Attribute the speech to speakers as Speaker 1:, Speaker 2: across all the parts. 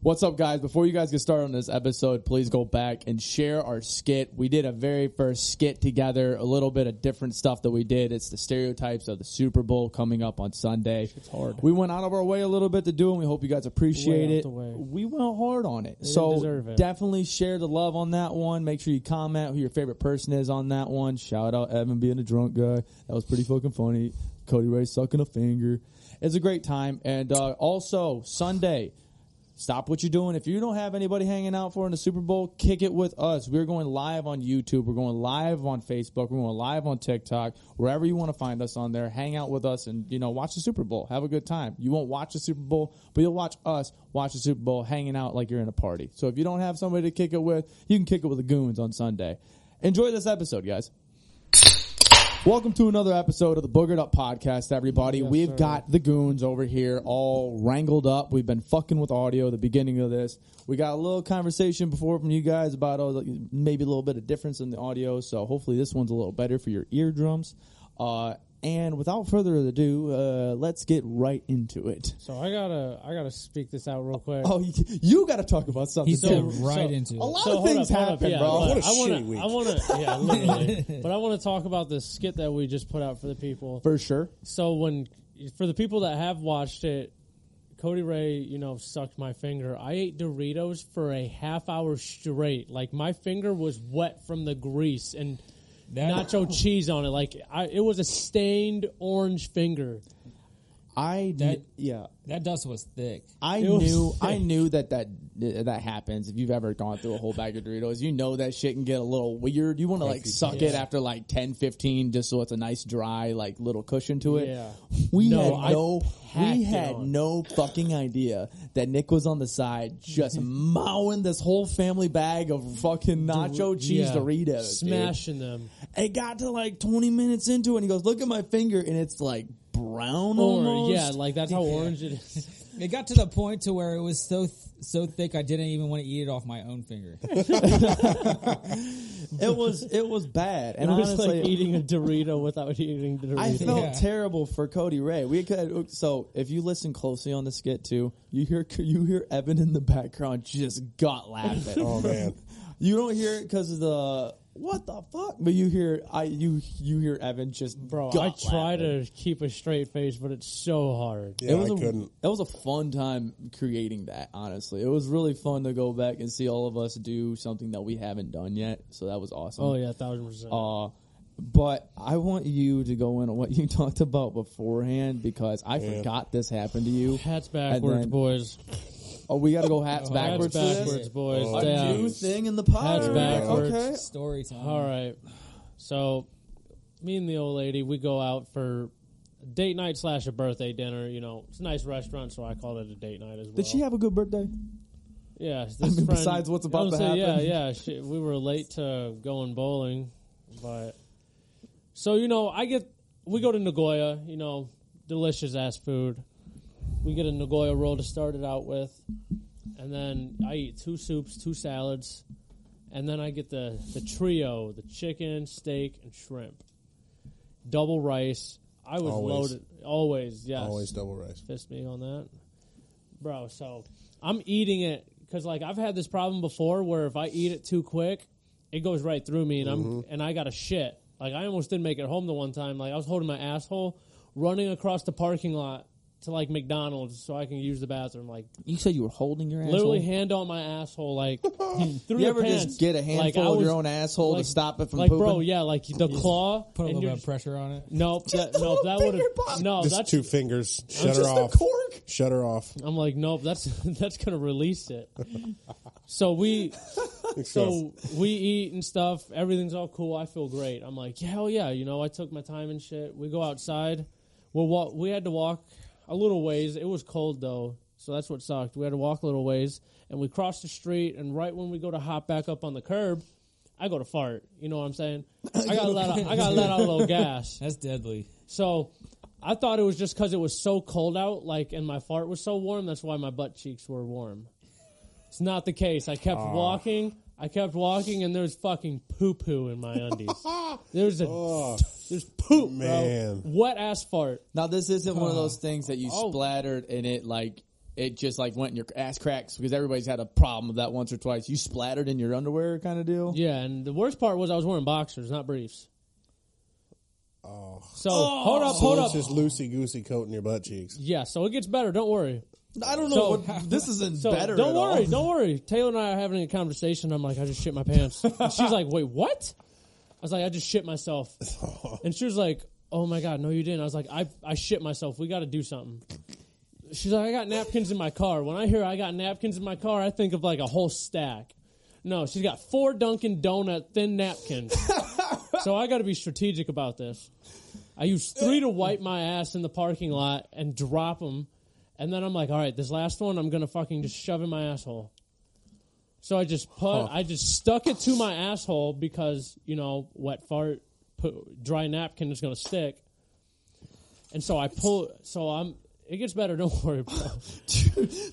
Speaker 1: What's up, guys? Before you guys get started on this episode, please go back and share our skit. We did a very first skit together, a little bit of different stuff that we did. It's the stereotypes of the Super Bowl coming up on Sunday. It's hard. We went out of our way a little bit to do it, and we hope you guys appreciate
Speaker 2: Way out
Speaker 1: it.
Speaker 2: the way.
Speaker 1: We went hard on it. so
Speaker 2: deserve it.
Speaker 1: definitely share the love on that one. Make sure you comment who your favorite person is on that one. Shout out Evan being a drunk guy. That was pretty fucking funny. Cody Ray sucking a finger. It's a great time. And uh, also Sunday, stop what you're doing. If you don't have anybody hanging out for in the Super Bowl, kick it with us. We're going live on YouTube. We're going live on Facebook. We're going live on TikTok. Wherever you want to find us on there, hang out with us and you know watch the Super Bowl. Have a good time. You won't watch the Super Bowl, but you'll watch us watch the Super Bowl hanging out like you're in a party. So if you don't have somebody to kick it with, you can kick it with the goons on Sunday. Enjoy this episode, guys. Welcome to another episode of the Boogered Up Podcast, everybody. We've got the goons over here all wrangled up. We've been fucking with audio the beginning of this. We got a little conversation before from you guys about oh, maybe a little bit of difference in the audio, so hopefully this one's a little better for your eardrums. Uh, and without further ado, uh, let's get right into it.
Speaker 2: So I gotta I gotta speak this out real quick.
Speaker 1: Oh, you, you got to talk about something.
Speaker 2: So-
Speaker 1: too.
Speaker 2: so-
Speaker 3: right into it.
Speaker 1: a lot
Speaker 2: So
Speaker 1: of
Speaker 2: hold
Speaker 1: things
Speaker 2: up, hold up.
Speaker 1: happen,
Speaker 2: Yeah,
Speaker 1: bro.
Speaker 2: but
Speaker 4: What a
Speaker 2: I wanna,
Speaker 4: shitty week.
Speaker 2: I wanna, yeah, literally. but I want to talk about the skit that we just put out for the people.
Speaker 1: For sure.
Speaker 2: so when for the people that have watched it, Cody Ray, you know, sucked my finger. I ate Doritos for a half hour straight. Like my finger was wet from the grease and
Speaker 3: That-
Speaker 2: nacho cheese on it. Like I, it was a stained orange finger.
Speaker 1: I
Speaker 3: That-
Speaker 1: yeah.
Speaker 3: That dust was thick.
Speaker 1: I
Speaker 2: It was
Speaker 1: knew
Speaker 2: thick.
Speaker 1: I knew that that that happens. If you've ever gone through a whole bag of Doritos, you know that shit can get a little weird. You want to like suck it after like 10, 15, just so it's a nice dry like little cushion to it.
Speaker 2: Yeah.
Speaker 1: We
Speaker 2: No,
Speaker 1: had
Speaker 2: I
Speaker 1: no
Speaker 2: packed
Speaker 1: we
Speaker 2: it
Speaker 1: had
Speaker 2: on.
Speaker 1: no fucking idea that Nick was on the side just mowing this whole family bag of fucking nacho cheese
Speaker 2: Yeah.
Speaker 1: Doritos. dude.
Speaker 2: smashing them.
Speaker 1: It got to like 20 minutes into it and he goes, "Look at my finger and it's like brown
Speaker 2: Or
Speaker 1: almost."
Speaker 2: yeah, like that's how orange it is.
Speaker 3: It got to the point to where it was so th- so thick I didn't even want to eat it off my own finger.
Speaker 1: it was it was bad. And
Speaker 2: it was
Speaker 1: honestly,
Speaker 2: like eating a Dorito without eating the Dorito.
Speaker 1: I felt
Speaker 3: Yeah.
Speaker 1: terrible for Cody Ray. We could so if you listen closely on the skit too, you hear you hear Evan in the background just got laughing.
Speaker 4: Oh man,
Speaker 1: you don't hear it because of the what the fuck, but you hear I you you hear Evan just
Speaker 2: Bro,
Speaker 1: gut
Speaker 2: I try
Speaker 1: laughing.
Speaker 2: to keep a straight face, but it's so hard.
Speaker 4: yeah,
Speaker 1: it was
Speaker 4: I
Speaker 1: a,
Speaker 4: couldn't.
Speaker 1: That was a fun time creating that. Honestly, it was really fun to go back and see all of us do something that we haven't done yet. So that was awesome.
Speaker 2: Oh yeah, thousand percent.
Speaker 1: Uh, but I want you to go in on what you talked about beforehand because I forgot this happened to you.
Speaker 2: Hats
Speaker 1: And
Speaker 2: backwards,
Speaker 1: then-
Speaker 2: boys.
Speaker 1: Oh, we got to go hats
Speaker 2: Hats
Speaker 1: backwards. to
Speaker 2: backwards,
Speaker 1: this?
Speaker 2: boys.
Speaker 4: Oh,
Speaker 1: A new
Speaker 2: Damn.
Speaker 1: thing in the pod.
Speaker 2: Hats
Speaker 1: All right,
Speaker 2: backwards.
Speaker 1: Okay.
Speaker 3: Story time.
Speaker 2: All right. So, me and the old lady, we go out for a date night slash a birthday dinner. You know, it's a nice restaurant, so I call it a date night as well.
Speaker 1: Did she have a good birthday?
Speaker 2: Yeah. This
Speaker 1: mean,
Speaker 2: friend,
Speaker 1: besides what's about
Speaker 2: I would
Speaker 1: to
Speaker 2: say,
Speaker 1: happen.
Speaker 2: Yeah, yeah. She, we were late to going bowling, but so you know, I get we go to Nagoya. You know, delicious ass food. We get a Nagoya roll to start it out with, and then I eat two soups, two salads, and then I get the the trio: the chicken, steak, and shrimp. Double rice. I was
Speaker 4: Always.
Speaker 2: loaded. Always, yes
Speaker 4: Always double rice.
Speaker 2: fist me on that, bro. So I'm eating it because like I've had this problem before where if I eat it too quick, it goes right through me, and
Speaker 1: Mm-hmm.
Speaker 2: I'm and I got a shit. Like I almost didn't make it home the one time. Like I was holding my asshole, running across the parking lot to like McDonald's so I can use the bathroom. Like
Speaker 1: You said you were holding your
Speaker 2: literally hand on my asshole, like through
Speaker 1: You
Speaker 2: the
Speaker 1: ever
Speaker 2: pants.
Speaker 1: just get a handful
Speaker 2: Like, I
Speaker 1: of your
Speaker 2: was-
Speaker 1: own asshole
Speaker 2: like-
Speaker 1: to stop it from
Speaker 2: like
Speaker 1: pooping?
Speaker 2: bro, yeah, like the claw.
Speaker 3: Put a
Speaker 2: and
Speaker 3: little
Speaker 2: you're
Speaker 3: bit of pressure on it.
Speaker 2: Nope, that,
Speaker 1: the
Speaker 2: nope,
Speaker 1: whole
Speaker 2: that
Speaker 1: finger
Speaker 2: would have
Speaker 1: pop.
Speaker 2: no.
Speaker 4: Just
Speaker 2: Oh, that's
Speaker 4: two fingers. Shut her
Speaker 1: just a
Speaker 4: off.
Speaker 1: cork.
Speaker 4: Shut her off.
Speaker 2: I'm like, nope, that's that's gonna release it. so we so we eat and stuff, everything's all cool, I feel great. I'm like, hell yeah, you know, I took my time and shit. We go outside. We're walk we had to walk a little ways. It was cold though, so that's what sucked. We had to walk a little ways and we crossed the street and right when we go to hop back up on the curb, I go to fart. You know what I'm saying? I gotta let out I gotta let out a little gas.
Speaker 3: That's deadly.
Speaker 2: So I thought it was just because it was so cold out, like, and my fart was so warm. That's why my butt cheeks were warm. It's not the case. I kept walking. I kept walking, and there was fucking poo poo in my undies. there's a there's poop,
Speaker 4: Man.
Speaker 2: bro. Wet ass fart. Oh.
Speaker 1: Now this isn't one of those things that you splattered and it like it just like went in your ass cracks because everybody's had a problem with that once or twice. You splattered in your underwear kind of deal.
Speaker 2: Yeah, and the worst part was I was wearing boxers, not briefs. Oh. So hold up,
Speaker 4: So
Speaker 2: hold
Speaker 4: it's
Speaker 2: up.
Speaker 4: just loosey goosey coating your butt cheeks.
Speaker 2: Yeah, so it gets better. Don't worry.
Speaker 1: I don't
Speaker 2: So-
Speaker 1: know. what, this isn't
Speaker 2: So
Speaker 1: better.
Speaker 2: don't
Speaker 1: at all.
Speaker 2: worry, don't worry. Taylor and I are having a conversation. I'm like, I just shit my pants. And she's like, wait, what? I was like, I just shit myself. And she was like, oh my god, no, you didn't. I was like, I, I shit myself. We got to do something. She's like, I got napkins in my car. When I hear I got napkins in my car, I think of like a whole stack. No, she's got four Dunkin' Donut thin napkins. so I got to be strategic about this. I used three to wipe my ass in the parking lot and drop them. And then I'm like, all right, this last one, I'm going to fucking just shove in my asshole. So I just put, I just stuck it to my asshole because, you know, wet fart, poo, dry napkin is going to stick. And so I pull, so I'm, it gets better, don't worry, bro.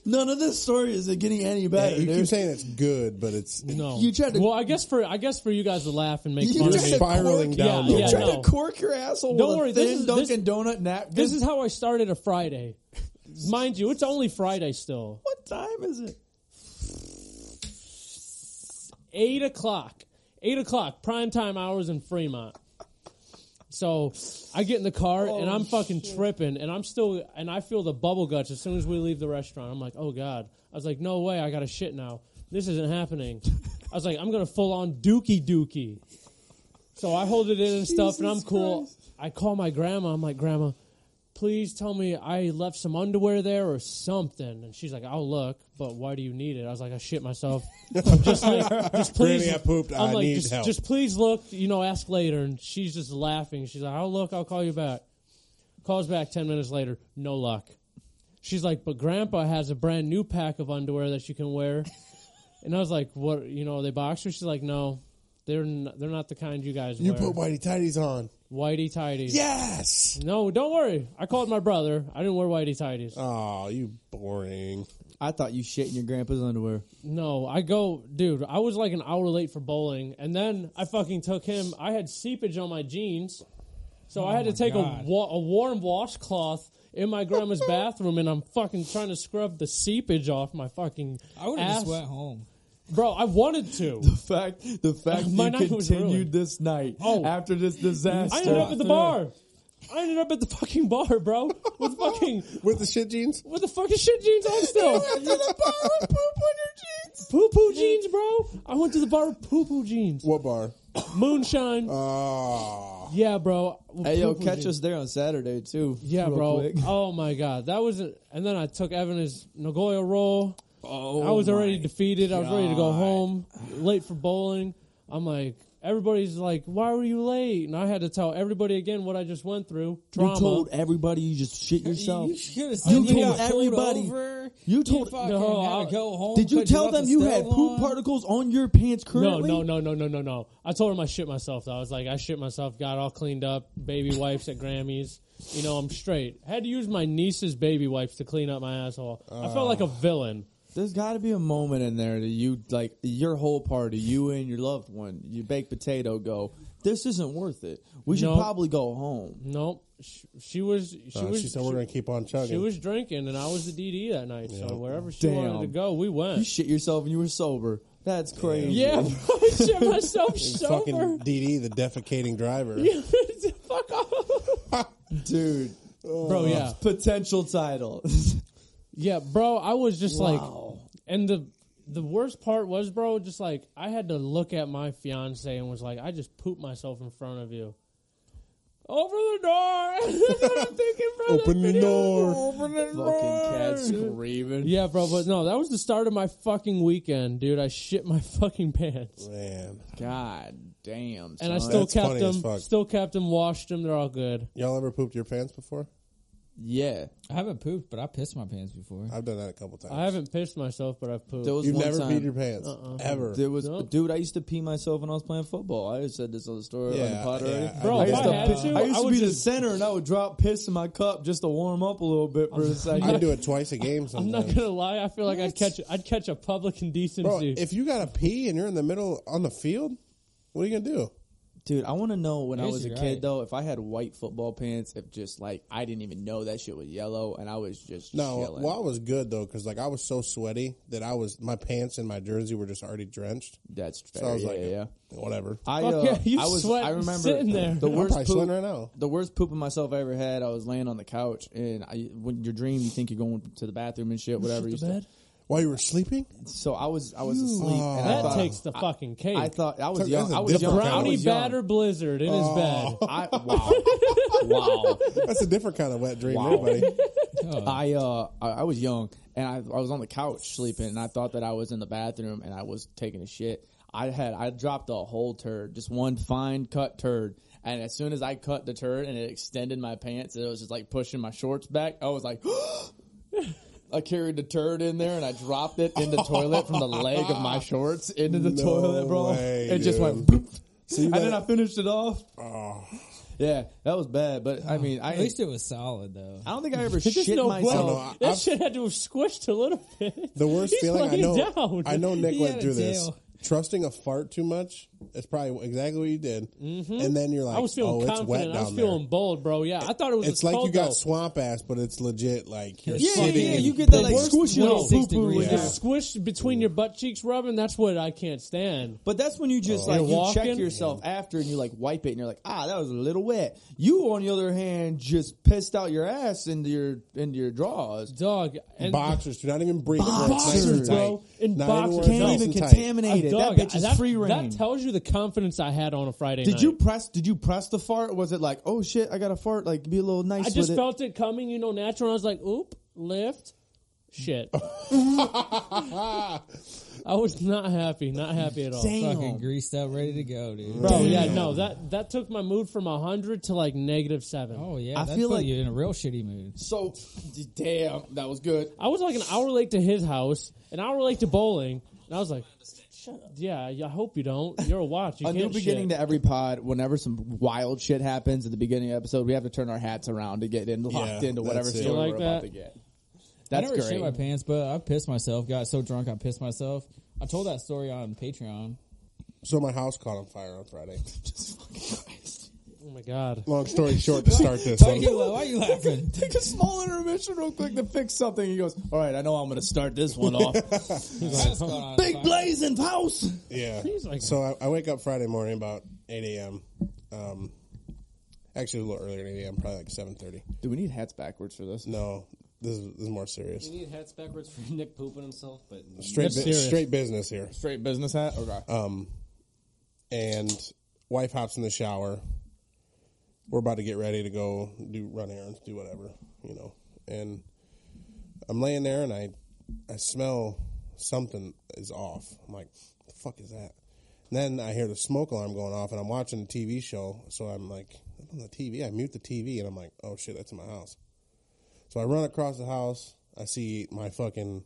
Speaker 1: None of this story is getting any better.
Speaker 4: you keep
Speaker 1: dude.
Speaker 4: saying it's good, but it's
Speaker 2: No.
Speaker 1: You tried to-
Speaker 2: Well, I guess for, I guess for you guys to laugh and make
Speaker 1: You
Speaker 2: fun of
Speaker 4: you're
Speaker 1: just
Speaker 2: me.
Speaker 1: said
Speaker 4: spiraling
Speaker 1: cork.
Speaker 4: down.
Speaker 2: Yeah,
Speaker 4: the
Speaker 2: yeah,
Speaker 4: wall.
Speaker 1: tried
Speaker 2: no.
Speaker 1: to cork your asshole.
Speaker 2: Don't
Speaker 1: with
Speaker 2: worry,
Speaker 1: A
Speaker 2: this
Speaker 1: thin
Speaker 2: is- this-
Speaker 1: Dunkin' Donut napkin.
Speaker 2: This is how I started a Friday. Mind you, it's only Friday still.
Speaker 1: what time is it?
Speaker 2: Eight o'clock. Eight o'clock, prime time hours in Fremont. So I get in the car and I'm fucking tripping and I'm still and I feel the bubble guts as soon as we leave the restaurant. I'm like, oh God. I was like, no way, I gotta shit now. This isn't happening. I was like, I'm gonna full on dookie dookie. So I hold it in and stuff, and I'm
Speaker 1: Jesus
Speaker 2: cool. I call my grandma. I'm like, Grandma, please tell me I left some underwear there or something. And she's like, I'll look, but why do you need it? I was like, I shit myself. just, like, just please.
Speaker 4: Granny, I pooped.
Speaker 2: I'm
Speaker 4: I
Speaker 2: like,
Speaker 4: need
Speaker 2: just,
Speaker 4: help.
Speaker 2: just please look. You know, ask later. And she's just laughing. She's like, I'll look. I'll call you back. Calls back ten minutes later. No luck. She's like, but Grandpa has a brand new pack of underwear that you can wear. And I was like, what? You know, are they boxers? She's like, no. They're n- they're not the kind you guys
Speaker 4: you
Speaker 2: wear.
Speaker 4: put whitey tighties on.
Speaker 2: Whitey tidies.
Speaker 4: Yes.
Speaker 2: No, don't worry. I called my brother. I didn't wear whitey tidies.
Speaker 3: Uh.
Speaker 4: Oh, you boring.
Speaker 1: I thought you shit in your grandpa's underwear.
Speaker 2: No, I go, dude. I was like an hour late for bowling, and then I fucking took him. I had seepage on my jeans, so I had to
Speaker 3: Oh my
Speaker 2: take a,
Speaker 3: God.
Speaker 2: wa- a warm washcloth in my grandma's bathroom, and I'm fucking trying to scrub the seepage off my fucking
Speaker 3: I would have
Speaker 2: ass,
Speaker 3: just went home.
Speaker 2: bro. I wanted to.
Speaker 1: The fact, the fact
Speaker 2: My
Speaker 1: you
Speaker 2: night was
Speaker 1: continued
Speaker 2: ruined.
Speaker 1: this night
Speaker 2: Oh.
Speaker 1: after this disaster.
Speaker 2: I ended up at the
Speaker 3: After that.
Speaker 2: bar. I ended up at the fucking bar, bro, with fucking
Speaker 4: With the shit jeans?
Speaker 2: with the fucking shit jeans on still. Poo poo jeans, bro. I went to the bar with poo poo jeans.
Speaker 4: What bar?
Speaker 2: Moonshine.
Speaker 4: Oh.
Speaker 2: yeah, bro. With
Speaker 1: Hey yo,
Speaker 2: poo-poo
Speaker 1: catch
Speaker 2: jeans.
Speaker 1: us there on Saturday too.
Speaker 2: Yeah,
Speaker 1: real
Speaker 2: bro.
Speaker 1: quick.
Speaker 2: Oh my god, that was. A, and then I took Evan's Nagoya roll.
Speaker 1: Oh,
Speaker 2: I was already
Speaker 1: my
Speaker 2: defeated. I was ready to go
Speaker 1: God.
Speaker 2: home. Late for bowling. I'm like, everybody's like, why were you late? And I had to tell everybody again what I just went through. Trauma.
Speaker 1: You told everybody you just shit yourself.
Speaker 3: You should have
Speaker 1: You
Speaker 3: you,
Speaker 1: told
Speaker 3: got pulled
Speaker 1: everybody.
Speaker 3: Over.
Speaker 1: You told-
Speaker 3: fucking
Speaker 2: No,
Speaker 3: had
Speaker 2: I'll-
Speaker 3: to go home.
Speaker 1: Did you
Speaker 3: 'cause
Speaker 1: tell
Speaker 3: left
Speaker 1: them
Speaker 3: the
Speaker 1: you had
Speaker 3: stove
Speaker 1: poop
Speaker 3: on.
Speaker 1: particles on your pants
Speaker 2: No,
Speaker 1: currently?
Speaker 2: no, no, no, no, no, no. I told him I shit myself. Though. I was like, I shit myself. Got all cleaned up. Baby wipes at Grammys. You know, I'm straight. Had to use my niece's baby wipes to clean up my asshole. I felt like a villain.
Speaker 1: There's got to be a moment in there that you like your whole party, you and your loved one, you baked potato. Go. This isn't worth it. We should
Speaker 2: No.
Speaker 1: probably go home.
Speaker 2: Nope. She, she was. She
Speaker 4: Uh,
Speaker 2: was.
Speaker 4: she said we're going to keep on chugging.
Speaker 2: she was drinking, and I was the DD that night. So wherever she wanted to
Speaker 1: Damn.
Speaker 2: go, we
Speaker 1: You
Speaker 2: went.
Speaker 1: shit yourself and you were sober. That's crazy.
Speaker 2: yeah, bro, I shit myself
Speaker 4: fucking
Speaker 2: sober.
Speaker 4: DD, the defecating driver.
Speaker 2: Fuck off,
Speaker 1: dude.
Speaker 2: bro. Yeah,
Speaker 1: Potential title.
Speaker 2: yeah, bro. I was just
Speaker 1: Wow.
Speaker 2: like, and the the worst part was, bro, just like I had to look at my fiance and was like, I just pooped myself in front of you. Over the door. I'm thinking, bro, that
Speaker 4: Open the
Speaker 2: video-
Speaker 4: door.
Speaker 2: Open the
Speaker 1: Fucking cat
Speaker 2: door.
Speaker 1: screaming.
Speaker 2: Yeah, bro, but no, that was the start of my fucking weekend, dude. I shit my fucking pants.
Speaker 4: Man.
Speaker 1: God damn.
Speaker 2: And I
Speaker 1: son.
Speaker 2: still
Speaker 4: That's
Speaker 2: kept
Speaker 4: funny as
Speaker 2: them,
Speaker 4: fuck.
Speaker 2: still kept them, washed them. They're all good.
Speaker 4: Y'all ever pooped your pants before?
Speaker 1: yeah.
Speaker 3: I haven't pooped, but I pissed my pants before.
Speaker 4: I've done that a couple times.
Speaker 2: I haven't pissed myself, but I've pooped.
Speaker 1: There was
Speaker 4: You've
Speaker 1: one
Speaker 4: never
Speaker 1: time-
Speaker 4: peed your pants. Ever.
Speaker 1: There was
Speaker 2: No.
Speaker 1: dude. I used to pee myself when I was playing football. I said this on the story on the
Speaker 4: Yeah,
Speaker 1: pod
Speaker 4: yeah,
Speaker 1: already.
Speaker 4: I
Speaker 2: Bro,
Speaker 1: I
Speaker 2: if
Speaker 1: used
Speaker 2: I
Speaker 1: to,
Speaker 2: had
Speaker 1: piss-
Speaker 2: to,
Speaker 1: I used
Speaker 2: I
Speaker 1: to
Speaker 2: would
Speaker 1: be the
Speaker 2: just-
Speaker 1: center, and I would drop piss in my cup just to warm up a little bit for a
Speaker 4: I
Speaker 1: second.
Speaker 4: do it twice a game
Speaker 2: I'm
Speaker 4: sometimes.
Speaker 2: not gonna lie. I feel like I'd catch, I'd catch a public
Speaker 4: Bro,
Speaker 2: indecency.
Speaker 4: if you got to pee and you're in the middle on the field, what are you going to do?
Speaker 1: Dude, I want to know when I
Speaker 3: Yes,
Speaker 1: was a
Speaker 3: you're
Speaker 1: kid
Speaker 3: right.
Speaker 1: though, if I had white football pants, if just like I didn't even know that shit was yellow, and I was just
Speaker 4: No,
Speaker 1: chilling.
Speaker 4: well, I was good though because like I was so sweaty that I was my pants and my jersey were just already drenched.
Speaker 1: that's fair.
Speaker 4: So I was
Speaker 1: yeah,
Speaker 4: like,
Speaker 1: yeah.
Speaker 4: whatever.
Speaker 1: I,
Speaker 2: Fuck
Speaker 1: uh,
Speaker 2: yeah, you
Speaker 1: I was.
Speaker 2: sweat
Speaker 1: I remember
Speaker 2: sitting there.
Speaker 1: the
Speaker 2: I'm
Speaker 1: worst
Speaker 4: probably
Speaker 1: poop,
Speaker 4: sweating right now.
Speaker 1: The worst pooping myself I ever had. I was laying on the couch, and I, when your dream, you think you're going to the bathroom and shit, whatever. you
Speaker 2: The
Speaker 1: still-
Speaker 2: bed?
Speaker 4: While you were sleeping,
Speaker 1: So I was, I was asleep. and I
Speaker 2: That
Speaker 1: thought,
Speaker 2: takes the fucking cake.
Speaker 1: I thought I was
Speaker 4: That's
Speaker 1: young.
Speaker 4: a
Speaker 1: I was young.
Speaker 4: different kind
Speaker 1: I
Speaker 4: of-
Speaker 2: Brownie
Speaker 1: was young.
Speaker 2: batter blizzard. It is
Speaker 4: Oh,
Speaker 2: bad.
Speaker 1: I wow, wow.
Speaker 4: that's a different kind of wet dream,
Speaker 1: Wow.
Speaker 4: there, buddy.
Speaker 1: I uh I, I was young and I, I was on the couch sleeping and I thought that I was in the bathroom and I was taking a shit. I had I dropped a whole turd, just one fine cut turd. And as soon as I cut the turd and it extended my pants, it was just like pushing my shorts back. I was like I carried the turd in there and I dropped it in the toilet from the leg of my shorts into the
Speaker 4: No
Speaker 1: toilet, bro.
Speaker 4: way,
Speaker 1: it just
Speaker 4: dude.
Speaker 1: went boop.
Speaker 4: So you
Speaker 1: and then
Speaker 4: gotta-
Speaker 1: I finished it off.
Speaker 4: Oh.
Speaker 1: Yeah, that was bad, but I mean, I
Speaker 3: At least it was solid though.
Speaker 1: I don't think I ever
Speaker 2: There's
Speaker 1: shit
Speaker 2: no
Speaker 1: myself.
Speaker 4: know.
Speaker 2: way.
Speaker 4: I-
Speaker 2: that
Speaker 4: I've-
Speaker 2: shit had to have squished a little bit.
Speaker 4: The worst
Speaker 2: He's
Speaker 4: feeling I
Speaker 2: laying
Speaker 4: know.
Speaker 2: down.
Speaker 4: I know Nick
Speaker 3: He
Speaker 4: went
Speaker 3: had a
Speaker 4: through this.
Speaker 3: tail.
Speaker 4: Trusting a fart too much is probably exactly what you did. And then you're like,
Speaker 2: I was feeling
Speaker 4: oh, it's wet
Speaker 2: confident.
Speaker 4: down
Speaker 2: I was feeling bold, bro. Yeah, I thought it was.
Speaker 4: there. It's
Speaker 2: a
Speaker 4: like
Speaker 2: cold,
Speaker 4: you got
Speaker 2: though.
Speaker 4: swamp ass, but it's legit. Like you're
Speaker 2: Yeah, yeah,
Speaker 4: sitting
Speaker 2: yeah,
Speaker 4: in-
Speaker 2: you
Speaker 1: get
Speaker 3: The worst
Speaker 1: little
Speaker 3: 26
Speaker 1: poo-poo in
Speaker 3: degrees.
Speaker 1: there.
Speaker 2: It's squished between your butt cheeks rubbing. That's what I can't stand.
Speaker 1: But that's when you just like
Speaker 2: You're
Speaker 1: you check
Speaker 2: walking?
Speaker 1: yourself after and you like wipe it and you're like, ah, that was a little wet. You on the other hand just pissed out your ass into your into your drawers.
Speaker 2: Dog. And
Speaker 4: boxers. Do not even breathe.
Speaker 1: Boxers,
Speaker 2: bro. In boxers.
Speaker 1: Can't
Speaker 2: nice
Speaker 1: even
Speaker 4: contaminate.
Speaker 2: Uh,
Speaker 1: contaminate it.
Speaker 2: dog,
Speaker 1: that bitch is
Speaker 2: that-
Speaker 1: free reign.
Speaker 2: That tells you the confidence I had on a Friday night.
Speaker 1: did you press? Did you press the fart? Was it like, oh shit, I got a fart? Like, be a little nice.
Speaker 2: I just
Speaker 1: with
Speaker 2: felt it coming, you know, natural. I was like, oop, lift, shit. I was not happy, not happy at all.
Speaker 1: it. Damn.
Speaker 3: Fucking greased up, ready to go, dude.
Speaker 2: Bro, yeah, no, that that took my mood from hundred to like negative seven.
Speaker 3: Oh yeah,
Speaker 1: I
Speaker 3: that
Speaker 1: feel
Speaker 3: put
Speaker 1: like-
Speaker 3: you in a real shitty mood.
Speaker 1: So, d- damn, that was good.
Speaker 2: I was like an hour late to his house, an hour late to bowling, and I was like, Shut up. "Yeah, I hope you don't. You're a watch. You
Speaker 1: a
Speaker 2: can't
Speaker 1: new beginning
Speaker 2: shit.
Speaker 1: to every pod. Whenever some wild shit happens at the beginning of the episode, we have to turn our hats around to get in locked
Speaker 4: Yeah,
Speaker 1: into whatever
Speaker 4: that's it.
Speaker 1: story
Speaker 2: You like
Speaker 1: we're about
Speaker 2: that?
Speaker 1: to get.
Speaker 3: I
Speaker 1: That's
Speaker 3: never
Speaker 1: great.
Speaker 3: shit my pants, but I pissed myself. Got so drunk, I pissed myself. I told that story on Patreon.
Speaker 4: So my house caught on fire on Friday.
Speaker 2: Oh my god,
Speaker 4: Long story short, to start this,
Speaker 3: Why are
Speaker 4: one.
Speaker 3: you, why are you laughing?
Speaker 1: Take a small intermission real quick to fix something. He goes, All right, I know I'm going to start this one off.
Speaker 3: What's going on?
Speaker 1: Big blazing house.
Speaker 4: yeah.
Speaker 2: He's like-
Speaker 4: so I, I wake up Friday morning about eight a.m. Um, actually, a little earlier than eight a.m. Probably like seven thirty.
Speaker 1: Do we need hats backwards for this?
Speaker 4: No, this is, this is more serious.
Speaker 5: You need hats backwards for Nick pooping himself, but
Speaker 4: Straight,
Speaker 2: That's
Speaker 4: bu-
Speaker 2: serious.
Speaker 4: straight business here.
Speaker 1: Straight business hat? Okay.
Speaker 4: Uh. and wife hops in the shower. We're about to get ready to go do run errands, do whatever, you know. And I'm laying there and I I smell something is off. I'm like, the fuck is that? And then I hear the smoke alarm going off and I'm watching a TV show, so I'm like, "That's on the TV. I mute the TV and I'm like, oh shit, that's in my house. So I run across the house. I see my fucking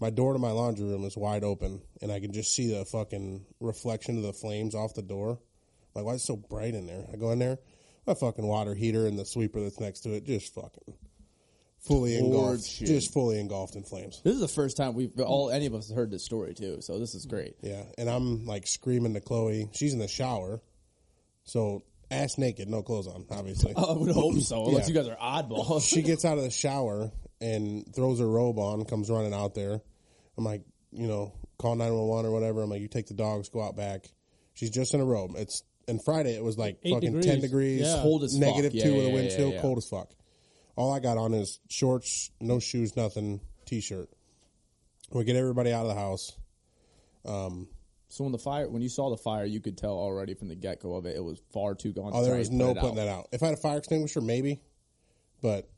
Speaker 4: my door to my laundry room is wide open, and I can just see the fucking reflection of the flames off the door. Like, why is it so bright in there? I go in there, my fucking water heater and the sweeper that's next to it just fucking fully
Speaker 1: Lord
Speaker 4: engulfed,
Speaker 1: shit.
Speaker 4: just fully engulfed in flames.
Speaker 1: This is the first time we've all any of us heard this story too, so this is great.
Speaker 4: Yeah, and I'm like screaming to Chloe. She's in the shower, so ass naked, no clothes on, obviously.
Speaker 1: I would hope so, unless
Speaker 4: Yeah.
Speaker 1: you guys are oddballs.
Speaker 4: she gets out of the shower and throws her robe on, comes running out there. I'm like, you know, call 911 or whatever. I'm like, you take the dogs, go out back. She's just in a robe. It's and Friday it was like
Speaker 2: Eight
Speaker 4: fucking
Speaker 2: degrees.
Speaker 4: 10 degrees,
Speaker 2: Yeah.
Speaker 1: Cold as fuck.
Speaker 4: negative
Speaker 1: Yeah,
Speaker 4: two with
Speaker 1: yeah,
Speaker 4: a
Speaker 1: yeah,
Speaker 4: wind chill,
Speaker 1: yeah.
Speaker 4: cold as fuck. All I got on is shorts, no shoes, nothing, t-shirt. We get everybody out of the house.
Speaker 1: So when the fire, when you saw the fire, you could tell already from the get go of it, it was far too gone.
Speaker 4: Oh, there
Speaker 1: Sorry,
Speaker 4: was
Speaker 1: put
Speaker 4: no
Speaker 1: it
Speaker 4: putting
Speaker 1: out.
Speaker 4: that out. If I had a fire extinguisher, maybe, but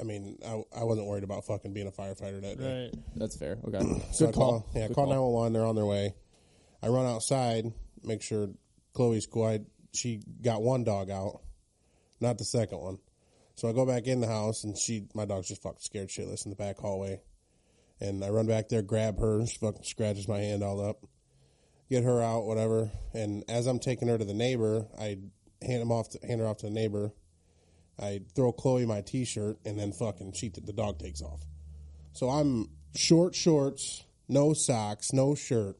Speaker 4: I mean, I, I wasn't worried about fucking being a firefighter that day.
Speaker 2: right?
Speaker 1: That's fair. Okay,
Speaker 4: So I
Speaker 1: good call.
Speaker 4: Call, yeah,
Speaker 1: Good
Speaker 4: call nine one one. They're on their way. I run outside, make sure Chloe's cool. I, she got one dog out, not the second one. So I go back in the house, and she, my dog's just fucking scared shitless in the back hallway. And I run back there, grab her. She fucking scratches my hand all up. Get her out, whatever. And as I'm taking her to the neighbor, I hand him off, to, hand her off to the neighbor. I throw Chloe my T-shirt, and then fucking she, the dog takes off. So I'm short shorts, no socks, no shirt.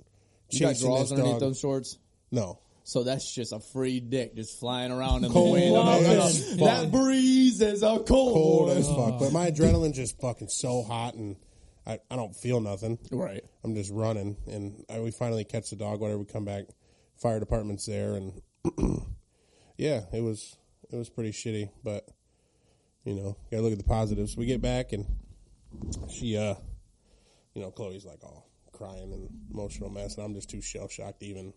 Speaker 1: You got
Speaker 4: chasing
Speaker 1: drawers
Speaker 4: this
Speaker 1: underneath
Speaker 4: dog.
Speaker 1: those shorts.
Speaker 4: No,
Speaker 1: So that's just a free dick just flying around in the
Speaker 4: Cold
Speaker 1: wind. I'm like,
Speaker 4: as
Speaker 1: "Oh,
Speaker 4: fuck.
Speaker 1: that breeze is a cold,
Speaker 4: cold
Speaker 1: one."
Speaker 4: as fuck. But my adrenaline just fucking so hot, and I, I don't feel nothing.
Speaker 1: Right.
Speaker 4: I'm just running, and I, we finally catch the dog. Whatever, we come back. Fire department's there, and yeah, it was it was pretty shitty, but you know, gotta look at the positives. We get back, and she, uh you know, Chloe's like all crying and emotional mess, and I'm just too shell shocked to even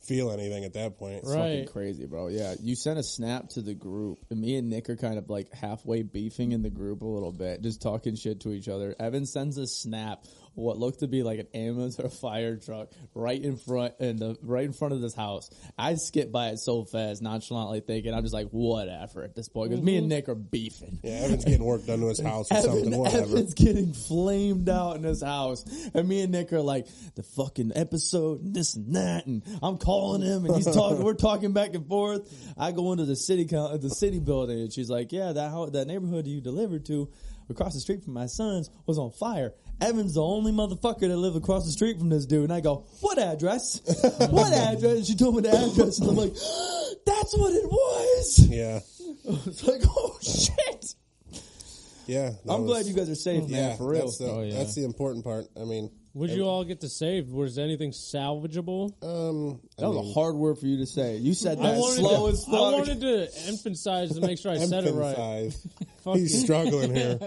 Speaker 4: feel anything at that point.
Speaker 1: It's fucking
Speaker 2: Right.
Speaker 1: crazy, bro. Yeah, you sent a snap to the group, and me and Nick are kind of like halfway beefing in the group a little bit, just talking shit to each other. Evan sends a snap, what looked to be like an ambulance or a fire truck, right in front and the right in front of this house. I skip by it so fast, nonchalantly thinking I'm just like whatever at this point because me and Nick are beefing.
Speaker 4: Yeah, Evan's getting work done to his house or something,
Speaker 1: Evan-
Speaker 4: whatever.
Speaker 1: Evan's getting flamed out in his house. And me and Nick are like, the fucking episode, and this and that. And I'm calling him and he's talking, we're talking back and forth. I go into the city, co- the city building and she's like, yeah, that, hou- that neighborhood you delivered to across the street from my son's was on fire. Evan's the only motherfucker that lived across the street from this dude. And I go, what address? what address? And she told me the address and I'm like, that's what it was.
Speaker 4: yeah,
Speaker 1: It's like, oh shit.
Speaker 4: yeah. that
Speaker 1: I'm glad
Speaker 4: was-
Speaker 1: you guys are safe, man. For real.
Speaker 4: That's the, that's the important part. I mean,
Speaker 2: Would you all get to save? Was anything salvageable?
Speaker 4: um, I
Speaker 1: That was
Speaker 4: mean,
Speaker 1: a hard word for you to say. You said
Speaker 2: I
Speaker 1: that slow
Speaker 2: wanted,
Speaker 1: as
Speaker 2: to,
Speaker 1: fuck.
Speaker 2: I wanted to emphasize to make sure I said it right.
Speaker 4: emphasize.
Speaker 2: Fuck
Speaker 4: He's struggling here.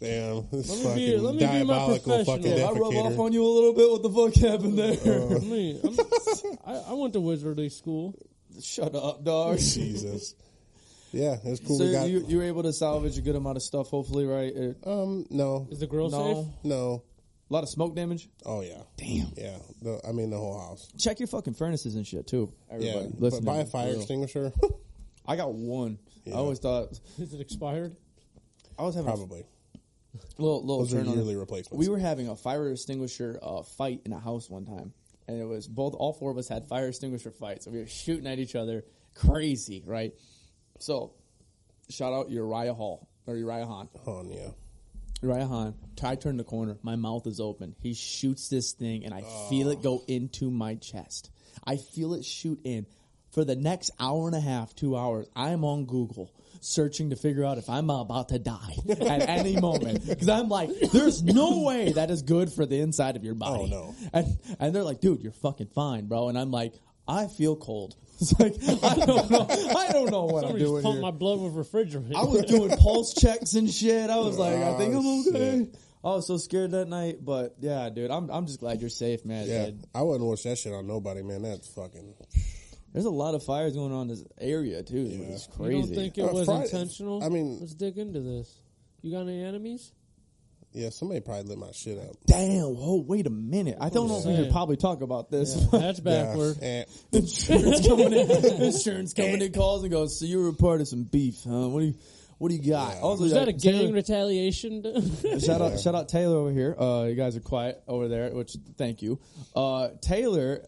Speaker 4: Damn, this
Speaker 2: Let
Speaker 4: fucking
Speaker 2: me be- let me be my
Speaker 4: diabolical fucking
Speaker 2: professional.
Speaker 1: I rub off
Speaker 4: defecator.
Speaker 1: on you a little bit. What the fuck happened there?
Speaker 2: I, mean, I'm, I, I went to wizardly school.
Speaker 1: Shut up, dog. so
Speaker 4: Jesus. Yeah, it was cool. we got
Speaker 1: you, you were able to salvage a good amount of stuff, hopefully, right? Uh,
Speaker 4: um no
Speaker 2: Is the girl
Speaker 1: No.
Speaker 2: safe?
Speaker 4: no
Speaker 1: A lot of smoke damage.
Speaker 4: oh yeah
Speaker 1: Damn.
Speaker 4: yeah the, I mean the whole house
Speaker 1: Check your fucking furnaces and shit too. Everybody,
Speaker 4: yeah but
Speaker 1: listen.
Speaker 4: buy a fire extinguisher
Speaker 1: I got one.
Speaker 4: Yeah.
Speaker 1: I always thought
Speaker 2: Is it expired?
Speaker 1: I was having
Speaker 4: probably
Speaker 1: a little little
Speaker 4: those are
Speaker 1: turn on-
Speaker 4: yearly replacements.
Speaker 1: We were having a fire extinguisher uh, fight in a house one time, and it was both all four of us had fire extinguisher fights. and we were shooting at each other, crazy, right? So, shout out Uriah Hall or Uriah Hahn.
Speaker 4: on yeah
Speaker 1: Uriah Hahn. I turn the corner, my mouth is open. He shoots this thing, and I feel it
Speaker 4: Oh.
Speaker 1: go into my chest. I feel it shoot in. For the next hour and a half, two hours, I'm on Google searching to figure out if I'm about to die at any moment. Because I'm like, there's no way that is good for the inside of your body.
Speaker 4: Oh, no.
Speaker 1: And and they're like, dude, you're fucking fine, bro. And I'm like, I feel cold. It's like I don't know. I don't know what
Speaker 2: Somebody
Speaker 1: I'm
Speaker 2: just
Speaker 1: doing.
Speaker 2: pumped
Speaker 1: here.
Speaker 2: my blood with refrigerant.
Speaker 1: I was doing pulse checks and shit. I was like, I think
Speaker 4: Oh,
Speaker 1: I'm okay.
Speaker 4: shit.
Speaker 1: I was so scared that night, but yeah, dude, I'm I'm just glad you're safe, man.
Speaker 4: yeah
Speaker 1: dude.
Speaker 4: I wouldn't wish that shit on nobody man that's fucking
Speaker 1: There's a lot of fires going on in this area too. It's
Speaker 2: you
Speaker 1: crazy.
Speaker 2: don't think it
Speaker 4: Uh,
Speaker 2: was
Speaker 4: Friday-
Speaker 2: intentional?
Speaker 4: I mean-
Speaker 2: let's dig into this. You got any enemies?
Speaker 4: yeah somebody probably lit my shit up
Speaker 1: Damn! Oh, wait a minute. I don't know if we
Speaker 2: saying.
Speaker 1: could probably talk about this.
Speaker 2: That's backward.
Speaker 4: yeah. Eh.
Speaker 1: insurance company, insurance company calls and goes, "So you were part of some beef, huh? What do you, what do you got?"
Speaker 4: Yeah.
Speaker 1: Also,
Speaker 2: Was that a
Speaker 1: like,
Speaker 2: gang
Speaker 1: Taylor-
Speaker 2: retaliation?
Speaker 1: shout out, shout out Taylor over here. Uh, you guys are quiet over there, which thank you. Uh, Taylor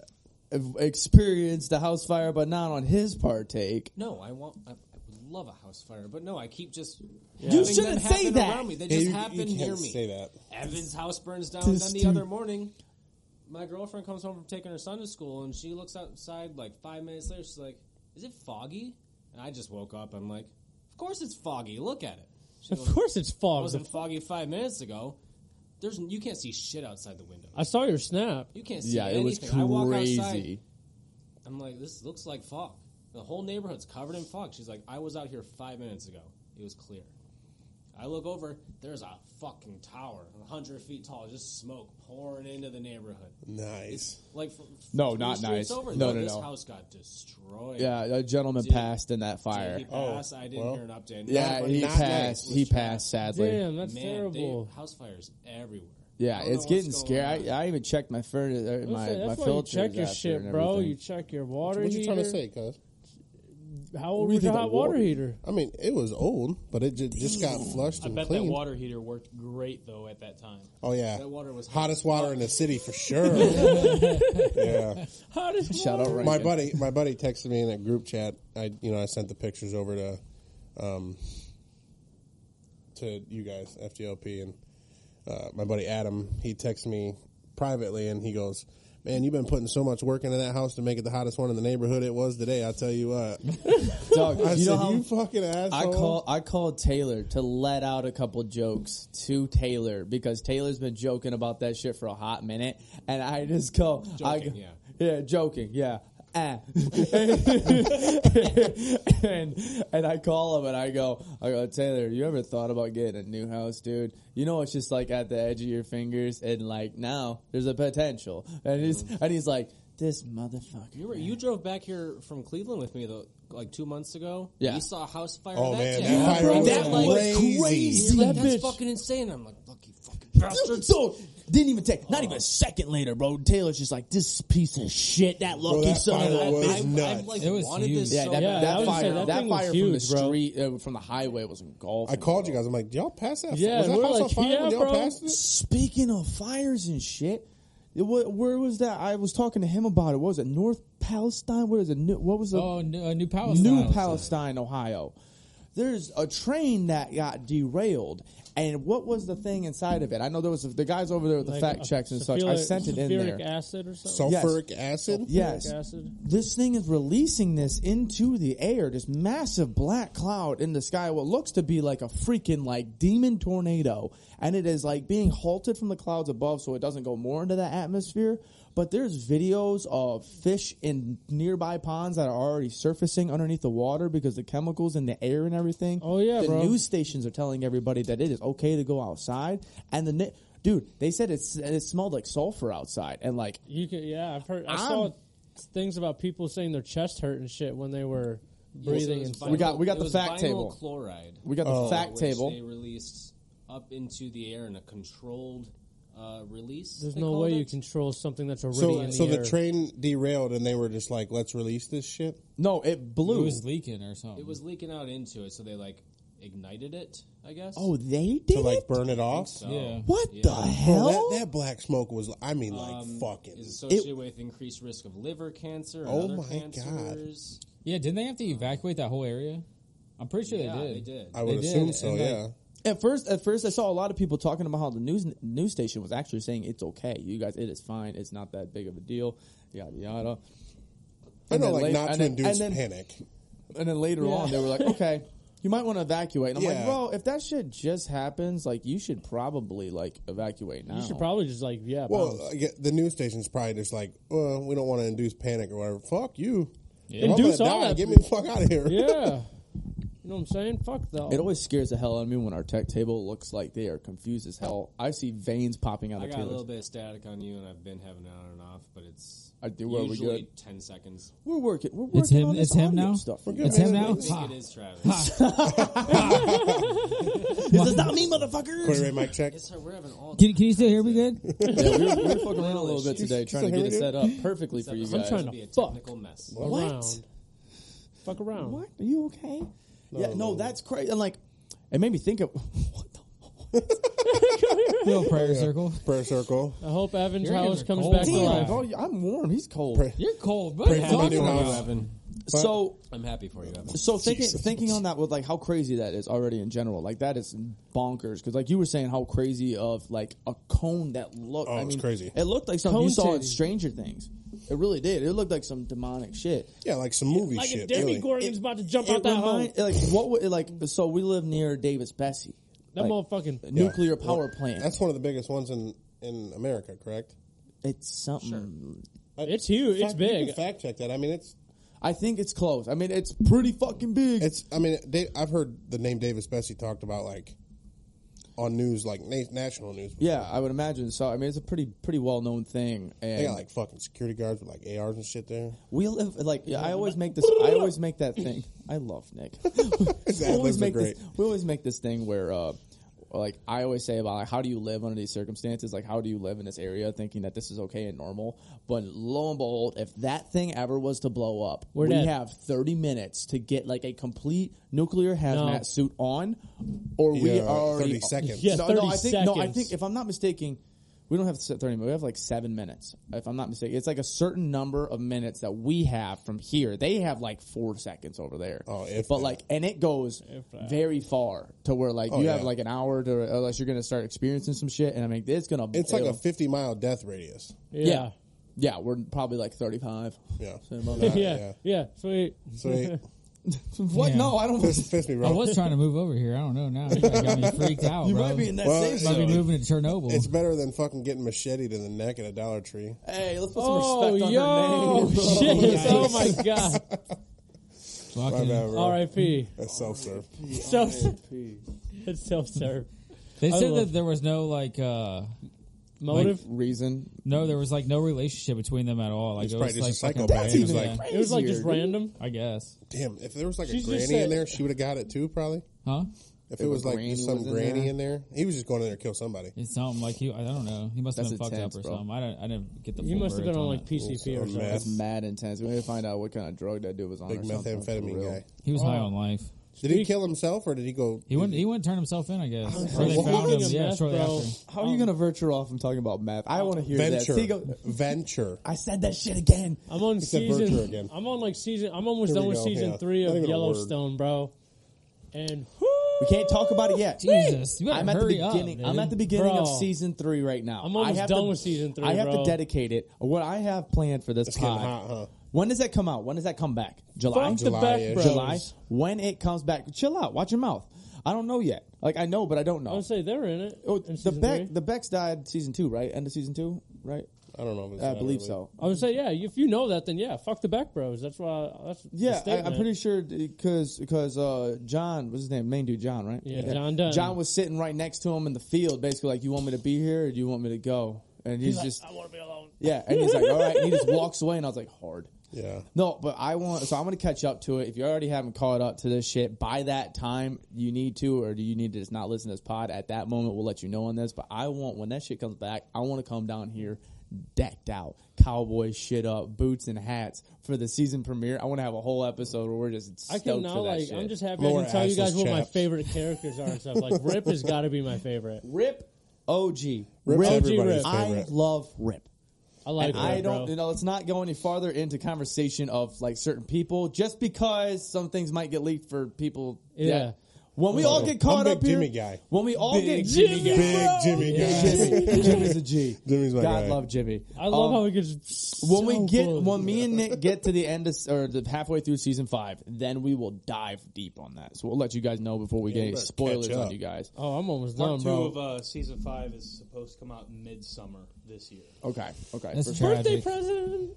Speaker 1: experienced the house fire, but not on his partake.
Speaker 6: No, I want. I, I would love a house fire, but no, I keep just.
Speaker 1: You
Speaker 6: having them
Speaker 1: shouldn't say
Speaker 6: happen
Speaker 1: that.
Speaker 6: Around me. They
Speaker 4: Yeah,
Speaker 6: just
Speaker 4: you,
Speaker 6: happen
Speaker 4: you can't
Speaker 6: near me.
Speaker 4: say that
Speaker 6: Evan's house burns down. Then the other morning, my girlfriend comes home from taking her son to school, and she looks outside. Like five minutes later, she's like, "Is it foggy?" And I just woke up. I'm like, "Of course it's foggy. Look at it." She
Speaker 2: of
Speaker 6: goes,
Speaker 2: course, it's
Speaker 6: "It
Speaker 2: fog.
Speaker 6: wasn't foggy five minutes ago. There's you can't see shit outside the window.
Speaker 2: I saw your snap.
Speaker 6: You can't see
Speaker 1: Yeah,
Speaker 6: anything.
Speaker 1: it was
Speaker 6: I walk outside.
Speaker 1: crazy.
Speaker 6: I'm like, this looks like fog. The whole neighborhood's covered in fog. She's like, I was out here five minutes ago. It was clear. I look over, there's a fucking tower, 100 feet tall, just smoke pouring into the neighborhood.
Speaker 4: nice
Speaker 6: Like, f-
Speaker 1: No,
Speaker 6: three
Speaker 1: not nice.
Speaker 6: streets Over,
Speaker 1: No,
Speaker 6: though,
Speaker 1: no,
Speaker 6: this
Speaker 1: no.
Speaker 6: house got destroyed.
Speaker 1: Yeah, a gentleman
Speaker 6: Dude.
Speaker 1: passed in that fire.
Speaker 6: He passed. I didn't
Speaker 4: Oh, well.
Speaker 6: hear an update.
Speaker 1: Yeah,
Speaker 6: Not-
Speaker 1: he
Speaker 6: not
Speaker 1: passed.
Speaker 6: nice.
Speaker 1: He passed. Sadly,
Speaker 2: Damn, that's
Speaker 6: Man,
Speaker 2: terrible.
Speaker 6: They, house fires everywhere. I
Speaker 1: yeah,
Speaker 6: don't know
Speaker 1: it's
Speaker 6: what's
Speaker 1: getting
Speaker 6: going
Speaker 1: scary.
Speaker 6: on.
Speaker 1: I, I even checked my furnace, uh, my
Speaker 2: That's
Speaker 1: my
Speaker 2: why
Speaker 1: filters.
Speaker 2: you check your
Speaker 1: after
Speaker 2: shit,
Speaker 1: and
Speaker 2: bro.
Speaker 1: everything.
Speaker 2: You check your water
Speaker 4: what
Speaker 2: heater.
Speaker 4: you trying to say cuz
Speaker 2: How old
Speaker 1: do you
Speaker 2: was your
Speaker 1: think
Speaker 2: hot
Speaker 1: of
Speaker 2: water
Speaker 1: water?
Speaker 2: heater?
Speaker 4: I mean, it was old, but it ju- just got flushed
Speaker 6: I
Speaker 4: and
Speaker 6: bet
Speaker 4: cleaned.
Speaker 6: that water heater worked great, though, at that time.
Speaker 4: oh yeah,
Speaker 6: That water was hot.
Speaker 4: hottest water in the city for sure. yeah,
Speaker 2: How does
Speaker 1: Shout out,
Speaker 4: my
Speaker 1: Rankin.
Speaker 4: buddy, my buddy texted me in that group chat. I, you know, I sent the pictures over to, um, to you guys, FGLP, and uh, my buddy Adam. He texted me privately, and he goes, Man, you've been putting so much work into that house to make it the hottest one in the neighborhood. It was today. I tell you what.
Speaker 1: Dog,
Speaker 4: I
Speaker 1: you
Speaker 4: said,
Speaker 1: know how
Speaker 4: you fucking asshole.
Speaker 1: I call I called Taylor to let out a couple jokes to Taylor because Taylor's been joking about that shit for a hot minute, and I just go, I go-
Speaker 6: Joking, yeah.
Speaker 1: yeah, joking, yeah. Ah. and and I call him and I go, I go, Taylor, you ever thought about getting a new house, dude? You know it's just like at the edge of your fingers and like now there's a potential. And he's
Speaker 6: Mm-hmm.
Speaker 1: and he's like, This motherfucker.
Speaker 6: You were, you drove back here from Cleveland with me though, like two months ago.
Speaker 1: Yeah.
Speaker 6: you saw a house fire.
Speaker 4: Oh
Speaker 6: that
Speaker 4: man,
Speaker 6: day.
Speaker 4: that fire
Speaker 6: Bro,
Speaker 4: was
Speaker 6: that, like,
Speaker 4: crazy.
Speaker 6: You're like,
Speaker 7: That
Speaker 6: that's
Speaker 7: bitch.
Speaker 6: fucking insane. I'm like, look, you fucking
Speaker 1: Dude,
Speaker 6: bastards.
Speaker 1: so didn't even take not even a second later, bro. Taylor's just like this piece of shit. That lucky
Speaker 4: that
Speaker 1: son of a
Speaker 4: fire was
Speaker 1: bitch.
Speaker 6: I, I,
Speaker 4: nuts.
Speaker 6: like,
Speaker 3: It was
Speaker 6: wanted
Speaker 3: huge.
Speaker 6: this.
Speaker 1: Yeah,
Speaker 6: so
Speaker 1: that,
Speaker 6: bad.
Speaker 2: Yeah, I
Speaker 1: that
Speaker 2: would say
Speaker 1: fire,
Speaker 2: that
Speaker 1: that,
Speaker 2: thing was
Speaker 1: fire from the
Speaker 2: huge, bro.
Speaker 1: street, uh, from the highway was engulfing.
Speaker 4: I called you
Speaker 1: bro.
Speaker 4: guys. I'm like, did y'all pass that?
Speaker 2: Yeah,
Speaker 4: was that
Speaker 2: we're
Speaker 4: house on
Speaker 2: like,
Speaker 4: fire
Speaker 2: yeah,
Speaker 4: when y'all
Speaker 2: bro.
Speaker 4: passed it?
Speaker 1: Speaking of fires and shit, it, wa- where was that? I was talking to him about it. What was it North Palestine? What is it? New- What was the
Speaker 3: Oh, new, uh, new Palestine.
Speaker 1: New Palestine, Ohio? There's a train that got derailed, and what was the thing inside of it? I know there was the guys over there with the
Speaker 2: Like,
Speaker 1: fact
Speaker 2: uh,
Speaker 1: checks and such. I
Speaker 2: sulfuric-
Speaker 1: sent it in
Speaker 2: sulfuric
Speaker 1: there.
Speaker 2: acid or something.
Speaker 4: Sulfuric acid.
Speaker 2: Oh,
Speaker 1: Yes.
Speaker 2: Sulfuric acid.
Speaker 1: This thing is releasing this into the air, this massive black cloud in the sky, what looks to be like a freaking like demon tornado. And it is like being halted from the clouds above so it doesn't go more into the atmosphere. But there's videos of fish in nearby ponds that are already surfacing underneath the water because the chemicals in the air and everything.
Speaker 2: Oh, yeah,
Speaker 1: the
Speaker 2: bro.
Speaker 1: news stations are telling everybody that it is okay to go outside. And the ni- dude, they said it's, it smelled like sulfur outside, and like
Speaker 2: You can, yeah, I've heard. I saw
Speaker 1: I'm-
Speaker 2: things about people saying their chest hurt and shit when they were
Speaker 6: Yes, it
Speaker 2: breathing.
Speaker 6: was
Speaker 2: and
Speaker 6: vinyl-
Speaker 1: We got- we got
Speaker 6: it
Speaker 1: the
Speaker 6: was
Speaker 1: fact
Speaker 6: vinyl
Speaker 1: table. Oh.
Speaker 6: Chloride.
Speaker 1: we got the
Speaker 2: Oh,
Speaker 1: fact
Speaker 6: which
Speaker 1: table.
Speaker 6: They released up into the air in a controlled uh, release.
Speaker 2: There's
Speaker 6: they
Speaker 2: no
Speaker 6: called
Speaker 2: way
Speaker 6: it.
Speaker 2: you control something that's already
Speaker 4: So,
Speaker 2: in the
Speaker 4: so
Speaker 2: air.
Speaker 4: the train derailed, and they were just like, "Let's release this shit."
Speaker 1: No, it
Speaker 3: It
Speaker 1: blew.
Speaker 3: was leaking or something.
Speaker 6: It was leaking out into it, so they like ignited it. I guess.
Speaker 1: Oh, they did
Speaker 4: to like
Speaker 1: it?
Speaker 4: burn it off.
Speaker 6: So,
Speaker 3: yeah.
Speaker 1: What
Speaker 6: Yeah.
Speaker 1: the
Speaker 6: Bro,
Speaker 1: hell?
Speaker 4: Bro, that, that black smoke was, I mean, like
Speaker 6: um,
Speaker 4: fucking.
Speaker 6: is associated with increased risk of liver cancer. And
Speaker 4: Oh
Speaker 6: other
Speaker 4: my God.
Speaker 6: cancers.
Speaker 3: Yeah, didn't they have to evacuate that whole area? I'm pretty sure
Speaker 6: Yeah,
Speaker 3: they did.
Speaker 6: they did.
Speaker 4: I would
Speaker 3: they
Speaker 4: assume
Speaker 3: did,
Speaker 4: so,
Speaker 3: and, like,
Speaker 4: yeah.
Speaker 1: at first, at first, I saw a lot of people talking about how the news news station was actually saying it's okay. You guys, it is fine. It's not that big of a deal. Yada yada.
Speaker 4: I
Speaker 1: and
Speaker 4: know,
Speaker 1: then
Speaker 4: like,
Speaker 1: late-
Speaker 4: not
Speaker 1: and
Speaker 4: to
Speaker 1: then-
Speaker 4: induce
Speaker 1: and then-
Speaker 4: panic.
Speaker 1: And then later on, they were like, okay, you might want to evacuate. And I'm like,
Speaker 4: Yeah.
Speaker 1: well, if that shit just happens, like you should probably like evacuate now.
Speaker 2: you should probably just like yeah. bounce.
Speaker 4: Well, uh, I get- Um, the news station's probably just like, well, we don't want to induce panic or whatever. Fuck you. If I'm
Speaker 2: Induce
Speaker 4: gonna
Speaker 2: all
Speaker 4: die,
Speaker 2: that-
Speaker 4: get me the fuck out of here.
Speaker 2: yeah. you know what I'm saying? Fuck though.
Speaker 1: It always scares the hell out of me when our tech table looks like they are confused as hell. I see veins popping out
Speaker 6: I
Speaker 1: of
Speaker 6: got a little
Speaker 1: Taylor's.
Speaker 6: bit of static on you, and I've been having it on and off, but it's
Speaker 1: I do, well, we
Speaker 6: usually
Speaker 1: good?
Speaker 6: ten seconds.
Speaker 1: We're working. We're working
Speaker 3: It's him-
Speaker 1: on this
Speaker 3: it's him
Speaker 1: audio
Speaker 3: now?
Speaker 1: Stuff.
Speaker 4: We're good,
Speaker 3: It's him
Speaker 4: man.
Speaker 3: now.
Speaker 6: I think
Speaker 3: Ha.
Speaker 6: it is Travis.
Speaker 1: This is not me, motherfuckers.
Speaker 4: Clear away mic check.
Speaker 6: it's her, we're having all.
Speaker 3: Can, can you still hear me good?
Speaker 1: Yeah, we were, we were fucking around a little bit today,
Speaker 4: Just-
Speaker 1: trying to
Speaker 4: just
Speaker 1: get
Speaker 4: a
Speaker 1: it
Speaker 4: hurry
Speaker 1: set up perfectly for
Speaker 6: Except
Speaker 1: you
Speaker 6: this
Speaker 1: guys.
Speaker 6: is
Speaker 2: trying
Speaker 6: gonna
Speaker 2: to
Speaker 6: be a
Speaker 2: fuck.
Speaker 6: technical mess.
Speaker 1: What?
Speaker 2: Around. Fuck around.
Speaker 1: What? Are you okay? yeah, no, that's crazy. And like, it made me think of what the.
Speaker 3: Little prayer circle.
Speaker 4: Prayer circle.
Speaker 2: I hope Evan's
Speaker 3: Your hands
Speaker 2: house
Speaker 3: are
Speaker 2: comes
Speaker 3: cold.
Speaker 2: back to
Speaker 3: Damn,
Speaker 2: life.
Speaker 1: bro, I'm warm. He's cold.
Speaker 4: Pray-
Speaker 3: You're cold. What are you
Speaker 4: Pray for me,
Speaker 3: talking
Speaker 4: dude.
Speaker 3: about?
Speaker 4: house.
Speaker 6: Evan.
Speaker 1: So,
Speaker 6: I'm happy for you, Evan.
Speaker 1: so thinking thinking on that with like how crazy that is already in general. Like that is bonkers because like you were saying how crazy of like a cone that looked.
Speaker 4: Oh,
Speaker 1: I
Speaker 4: it's
Speaker 1: mean,
Speaker 4: crazy.
Speaker 1: It looked like something
Speaker 2: Cone
Speaker 1: you saw in
Speaker 2: titty.
Speaker 1: Stranger Things. It really did. It looked like some demonic shit.
Speaker 4: Yeah, like some movie
Speaker 2: Like
Speaker 4: shit.
Speaker 2: if Demi
Speaker 4: really.
Speaker 2: Gorgon's about to jump out
Speaker 1: It
Speaker 2: that hole.
Speaker 1: remind- like what would like so we live near Davis Bessie.
Speaker 2: That
Speaker 1: Like, uh,
Speaker 2: motherfucking.
Speaker 4: Yeah.
Speaker 1: nuclear power
Speaker 4: Well,
Speaker 1: plant.
Speaker 4: That's one of the biggest ones in, in America, correct?
Speaker 1: It's something.
Speaker 4: I-
Speaker 2: It's huge. It's
Speaker 4: Fact- you
Speaker 2: big.
Speaker 4: can fact check that. I mean, it's
Speaker 1: I think it's close. I mean, it's pretty fucking big.
Speaker 4: It's. I mean, they, I've heard the name Davis Bessie talked about like on news, like na- national news.
Speaker 1: yeah, I would imagine so. I mean, it's a pretty pretty well known thing. And
Speaker 4: They got like fucking security guards with like ARs and shit there.
Speaker 1: we live like yeah, I always make this. I always make that thing. I love Nick. we
Speaker 4: those
Speaker 1: always
Speaker 4: are
Speaker 1: make
Speaker 4: great.
Speaker 1: this. We always make this thing where. uh like I always say about like how do you live under these circumstances? Like how do you live in this area thinking that this is okay and normal? But lo and behold, if that thing ever was to blow up,
Speaker 2: We're
Speaker 1: we
Speaker 2: dead.
Speaker 1: have thirty minutes to get like a complete nuclear hazmat
Speaker 2: No.
Speaker 1: suit on, or we
Speaker 4: Yeah,
Speaker 1: are already
Speaker 4: 30 seconds.
Speaker 2: Yeah,
Speaker 1: no,
Speaker 2: 30
Speaker 1: no, I think no, I
Speaker 2: seconds.
Speaker 1: think if I'm not mistaken, we don't have se- 30 minutes. We have like seven minutes, if I'm not mistaken. It's like a certain number of minutes that we have from here. They have like four seconds over there.
Speaker 4: Oh, if
Speaker 1: but
Speaker 4: that.
Speaker 1: like, and it goes
Speaker 2: that.
Speaker 1: very far to where like
Speaker 4: Oh,
Speaker 1: you
Speaker 4: yeah.
Speaker 1: have like an hour to unless you're gonna start experiencing some shit. And I mean, it's gonna
Speaker 4: It's like a
Speaker 1: it'll-
Speaker 4: fifty mile death radius.
Speaker 2: Yeah.
Speaker 1: Yeah, we're probably like 35.
Speaker 4: Yeah.
Speaker 1: So about
Speaker 4: Yeah.
Speaker 1: that.
Speaker 2: yeah, yeah, sweet.
Speaker 4: Sweet.
Speaker 1: what?
Speaker 3: Yeah.
Speaker 1: No, I don't.
Speaker 4: fist, fist me,
Speaker 3: I
Speaker 4: bro.
Speaker 3: was trying to move over here. I don't know now. You guys got me freaked out,
Speaker 1: You
Speaker 3: bro.
Speaker 1: might be in that
Speaker 4: Well, uh,
Speaker 1: safe
Speaker 4: it's-
Speaker 3: Might be
Speaker 1: zone.
Speaker 3: moving to Chernobyl.
Speaker 4: It's better than fucking getting macheted in the neck at a Dollar Tree.
Speaker 1: Hey, let's put some
Speaker 2: Oh,
Speaker 1: respect on
Speaker 2: yo,
Speaker 1: her name.
Speaker 2: shit. Oh, my God.
Speaker 4: My
Speaker 3: Fucking-
Speaker 4: bad, bro.
Speaker 2: R.I.P.
Speaker 4: That's self serve.
Speaker 2: Self It's self serve.
Speaker 3: They
Speaker 2: I
Speaker 3: said
Speaker 2: love-
Speaker 3: that there was no like uh
Speaker 2: Motive?
Speaker 1: Reason.
Speaker 3: no, there was like no relationship between them at all. Like
Speaker 4: He's
Speaker 3: it
Speaker 4: probably
Speaker 3: was
Speaker 4: just
Speaker 3: like
Speaker 4: a
Speaker 3: fucking-
Speaker 4: psychopath. He was
Speaker 1: even
Speaker 4: like,
Speaker 1: a-
Speaker 2: it was like just
Speaker 1: Easier, dude.
Speaker 2: random.
Speaker 3: I guess,
Speaker 4: damn, if there was like a
Speaker 2: She's just
Speaker 4: granny
Speaker 2: said-
Speaker 4: in there, she would have got it too, probably.
Speaker 3: huh?
Speaker 1: If
Speaker 4: If, it
Speaker 1: a
Speaker 4: was like
Speaker 1: granny
Speaker 4: just some
Speaker 1: was in
Speaker 4: granny
Speaker 1: there?
Speaker 4: in there, he was just going in there to kill somebody.
Speaker 3: It's something like he. I don't know. He must have
Speaker 1: That's
Speaker 3: been fucked
Speaker 1: intense,
Speaker 3: up or
Speaker 1: bro.
Speaker 3: something. I don't. I didn't get the.
Speaker 2: You
Speaker 3: full
Speaker 2: must have been
Speaker 3: verdict
Speaker 2: on
Speaker 3: on
Speaker 2: like
Speaker 3: it.
Speaker 2: PCP or
Speaker 4: Also a
Speaker 2: something.
Speaker 4: mess.
Speaker 1: That's mad intense. We need to find out what kind of drug that dude was on.
Speaker 4: Big
Speaker 1: or something, for
Speaker 4: methamphetamine
Speaker 1: real.
Speaker 4: guy.
Speaker 3: He was high on life.
Speaker 4: Did he kill himself or did he go?
Speaker 3: He wouldn't. He wouldn't turn himself in. I guess. Or they
Speaker 2: Well,
Speaker 3: found him.
Speaker 2: having a
Speaker 3: Yeah,
Speaker 2: mess,
Speaker 3: shortly
Speaker 2: bro.
Speaker 3: after.
Speaker 1: How
Speaker 2: Um,
Speaker 1: are you gonna venture off from talking about meth? I want to hear
Speaker 4: venture?
Speaker 1: that. See, go-
Speaker 4: venture.
Speaker 1: I said that shit again.
Speaker 2: I'm on
Speaker 4: said
Speaker 2: season.
Speaker 4: Virtua again.
Speaker 2: I'm on like season. I'm almost
Speaker 4: Here
Speaker 2: done
Speaker 4: we
Speaker 2: with
Speaker 4: go,
Speaker 2: season
Speaker 4: yeah.
Speaker 2: three
Speaker 4: Not
Speaker 2: of
Speaker 4: even a
Speaker 2: Yellowstone, bro. And
Speaker 1: We can't talk about it yet.
Speaker 3: Jesus, you gotta
Speaker 1: I'm at
Speaker 3: hurry
Speaker 1: the
Speaker 3: up,
Speaker 1: beginning. I'm
Speaker 3: dude.
Speaker 1: at the beginning of
Speaker 2: Bro.
Speaker 1: season three right now.
Speaker 2: I'm almost
Speaker 1: I have
Speaker 2: done
Speaker 1: to-
Speaker 2: with season three,
Speaker 1: I have
Speaker 2: bro.
Speaker 1: to dedicate it. What I have planned for this
Speaker 4: It's getting
Speaker 1: pod.
Speaker 4: hot, huh?
Speaker 1: When does that come out? When does that come back? July.
Speaker 2: fuck the
Speaker 4: July
Speaker 2: back,
Speaker 4: is-
Speaker 2: bro.
Speaker 1: July. When it comes back, chill out. Watch your mouth. I don't know yet. Like I know, but I don't
Speaker 2: I
Speaker 1: know.
Speaker 2: would say they're in it.
Speaker 1: Oh,
Speaker 2: in
Speaker 1: the
Speaker 2: season
Speaker 1: Beck,
Speaker 2: three.
Speaker 1: the Becks died season two, right? End of season two, right?
Speaker 4: I don't know. If it's
Speaker 1: I
Speaker 4: that
Speaker 1: believe
Speaker 4: early.
Speaker 1: so.
Speaker 2: I would say yeah. If you know that, then yeah, fuck the Beck Bros. That's why. That's the
Speaker 1: Yeah, I, I'm
Speaker 2: statement.
Speaker 1: pretty sure because because uh, John was his name, main dude John, right?
Speaker 2: Yeah, John Dunn.
Speaker 1: John was sitting right next to him in the field, basically like, "You want me to be here, or do you want me to go?" And he's,
Speaker 2: Like,
Speaker 1: just
Speaker 2: I want to be alone.
Speaker 1: yeah, and he's like, "All right," and he just walks away, and I was like, "Hard."
Speaker 4: Yeah.
Speaker 1: No, but I want so I'm going to catch up to it. If you already haven't caught up to this shit by that time, you need to, or do you need to just not listen to this pod at that moment? We'll let you know on this. But I want when that shit comes back, I want to come down here decked out, cowboy shit up, boots and hats for the season premiere. I want to have a whole episode where we're just
Speaker 2: I
Speaker 1: stoked
Speaker 2: can
Speaker 1: for
Speaker 2: now
Speaker 1: that
Speaker 2: like.
Speaker 1: shit.
Speaker 2: I'm just happy I
Speaker 4: Lower
Speaker 2: can tell you guys
Speaker 4: assless
Speaker 2: what my
Speaker 4: chaps.
Speaker 2: favorite characters are and stuff. Like Rip has got to be my favorite.
Speaker 1: Rip OG.
Speaker 4: Rip's
Speaker 2: OG
Speaker 4: everybody's
Speaker 2: Rip.
Speaker 1: I
Speaker 4: favorite.
Speaker 1: love Rip.
Speaker 2: I like.
Speaker 1: and I
Speaker 2: Rip,
Speaker 1: don't,
Speaker 2: bro.
Speaker 1: you know, let's not go any farther into conversation of like certain people just because some things might get leaked for people.
Speaker 2: Yeah.
Speaker 1: When we all get caught
Speaker 4: I'm a big
Speaker 1: up here,
Speaker 4: Jimmy guy.
Speaker 1: when we all
Speaker 2: Big
Speaker 1: get
Speaker 2: Jimmy guy.
Speaker 4: Big Jimmy guy.
Speaker 1: Jimmy, Jimmy's a G.
Speaker 4: Jimmy's my
Speaker 1: God
Speaker 4: guy.
Speaker 1: love Jimmy.
Speaker 2: I love
Speaker 1: Um,
Speaker 2: how he gets.
Speaker 1: when
Speaker 2: so
Speaker 1: we get
Speaker 2: bullied.
Speaker 1: when me and Nick get to the end of or the halfway through season five, then we will dive deep on that. So we'll let you guys know before we
Speaker 4: Yeah,
Speaker 1: get
Speaker 4: we
Speaker 1: any
Speaker 4: better
Speaker 1: spoilers
Speaker 4: catch
Speaker 1: on
Speaker 4: up.
Speaker 1: you guys.
Speaker 2: Oh, I'm almost
Speaker 8: Part
Speaker 2: done,
Speaker 8: two
Speaker 2: bro.
Speaker 8: of uh, season five is supposed to come out midsummer this year.
Speaker 1: Okay, okay.
Speaker 3: That's
Speaker 1: For
Speaker 3: true.
Speaker 1: sure.
Speaker 2: Birthday
Speaker 3: Tragic.
Speaker 2: present.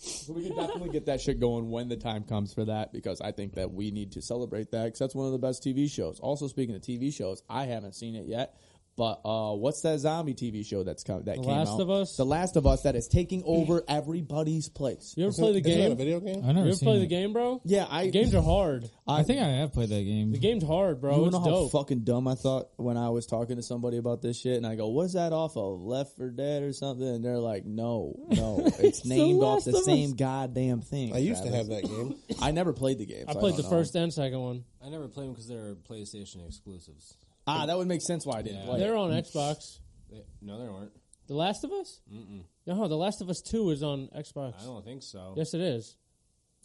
Speaker 1: So we can definitely get that shit going when the time comes for that because I think that we need to celebrate that because that's one of the best TV shows. Also, speaking of TV shows, I haven't seen it yet, but uh, what's that zombie TV show that's come that
Speaker 2: The
Speaker 1: came
Speaker 2: Last
Speaker 1: out?
Speaker 2: of Us?
Speaker 1: The Last of Us that is taking over everybody's place.
Speaker 2: You ever play the
Speaker 4: Isn't that a
Speaker 2: game?
Speaker 4: video game?
Speaker 3: I never
Speaker 2: You ever
Speaker 3: seen
Speaker 2: play
Speaker 3: it.
Speaker 2: the game, bro?
Speaker 1: Yeah, I
Speaker 2: The games are hard.
Speaker 3: I think I have played that game.
Speaker 2: The game's hard, bro.
Speaker 1: You wanna
Speaker 2: it's
Speaker 1: know how
Speaker 2: dope.
Speaker 1: fucking dumb I thought when I was talking to somebody about this shit, and I go, "What's that off of Left for Dead or something?" And they're like, "No, no, it's named off
Speaker 2: Last
Speaker 1: the
Speaker 2: of
Speaker 1: same
Speaker 2: Us.
Speaker 1: goddamn thing."
Speaker 4: I used to
Speaker 1: Travis.
Speaker 4: have that game.
Speaker 1: I never played the game.
Speaker 2: I
Speaker 1: so
Speaker 2: played
Speaker 1: don't
Speaker 2: the
Speaker 1: know.
Speaker 2: first and second one.
Speaker 6: I never played them because they're PlayStation exclusives.
Speaker 1: Ah, that would make sense why I didn't
Speaker 6: Yeah.
Speaker 1: play.
Speaker 2: They're
Speaker 1: it.
Speaker 2: on Xbox.
Speaker 6: They, no, they aren't.
Speaker 2: The Last of Us? Mm-mm. No, The Last of Us Two is on Xbox.
Speaker 6: I don't think so.
Speaker 2: Yes, it is.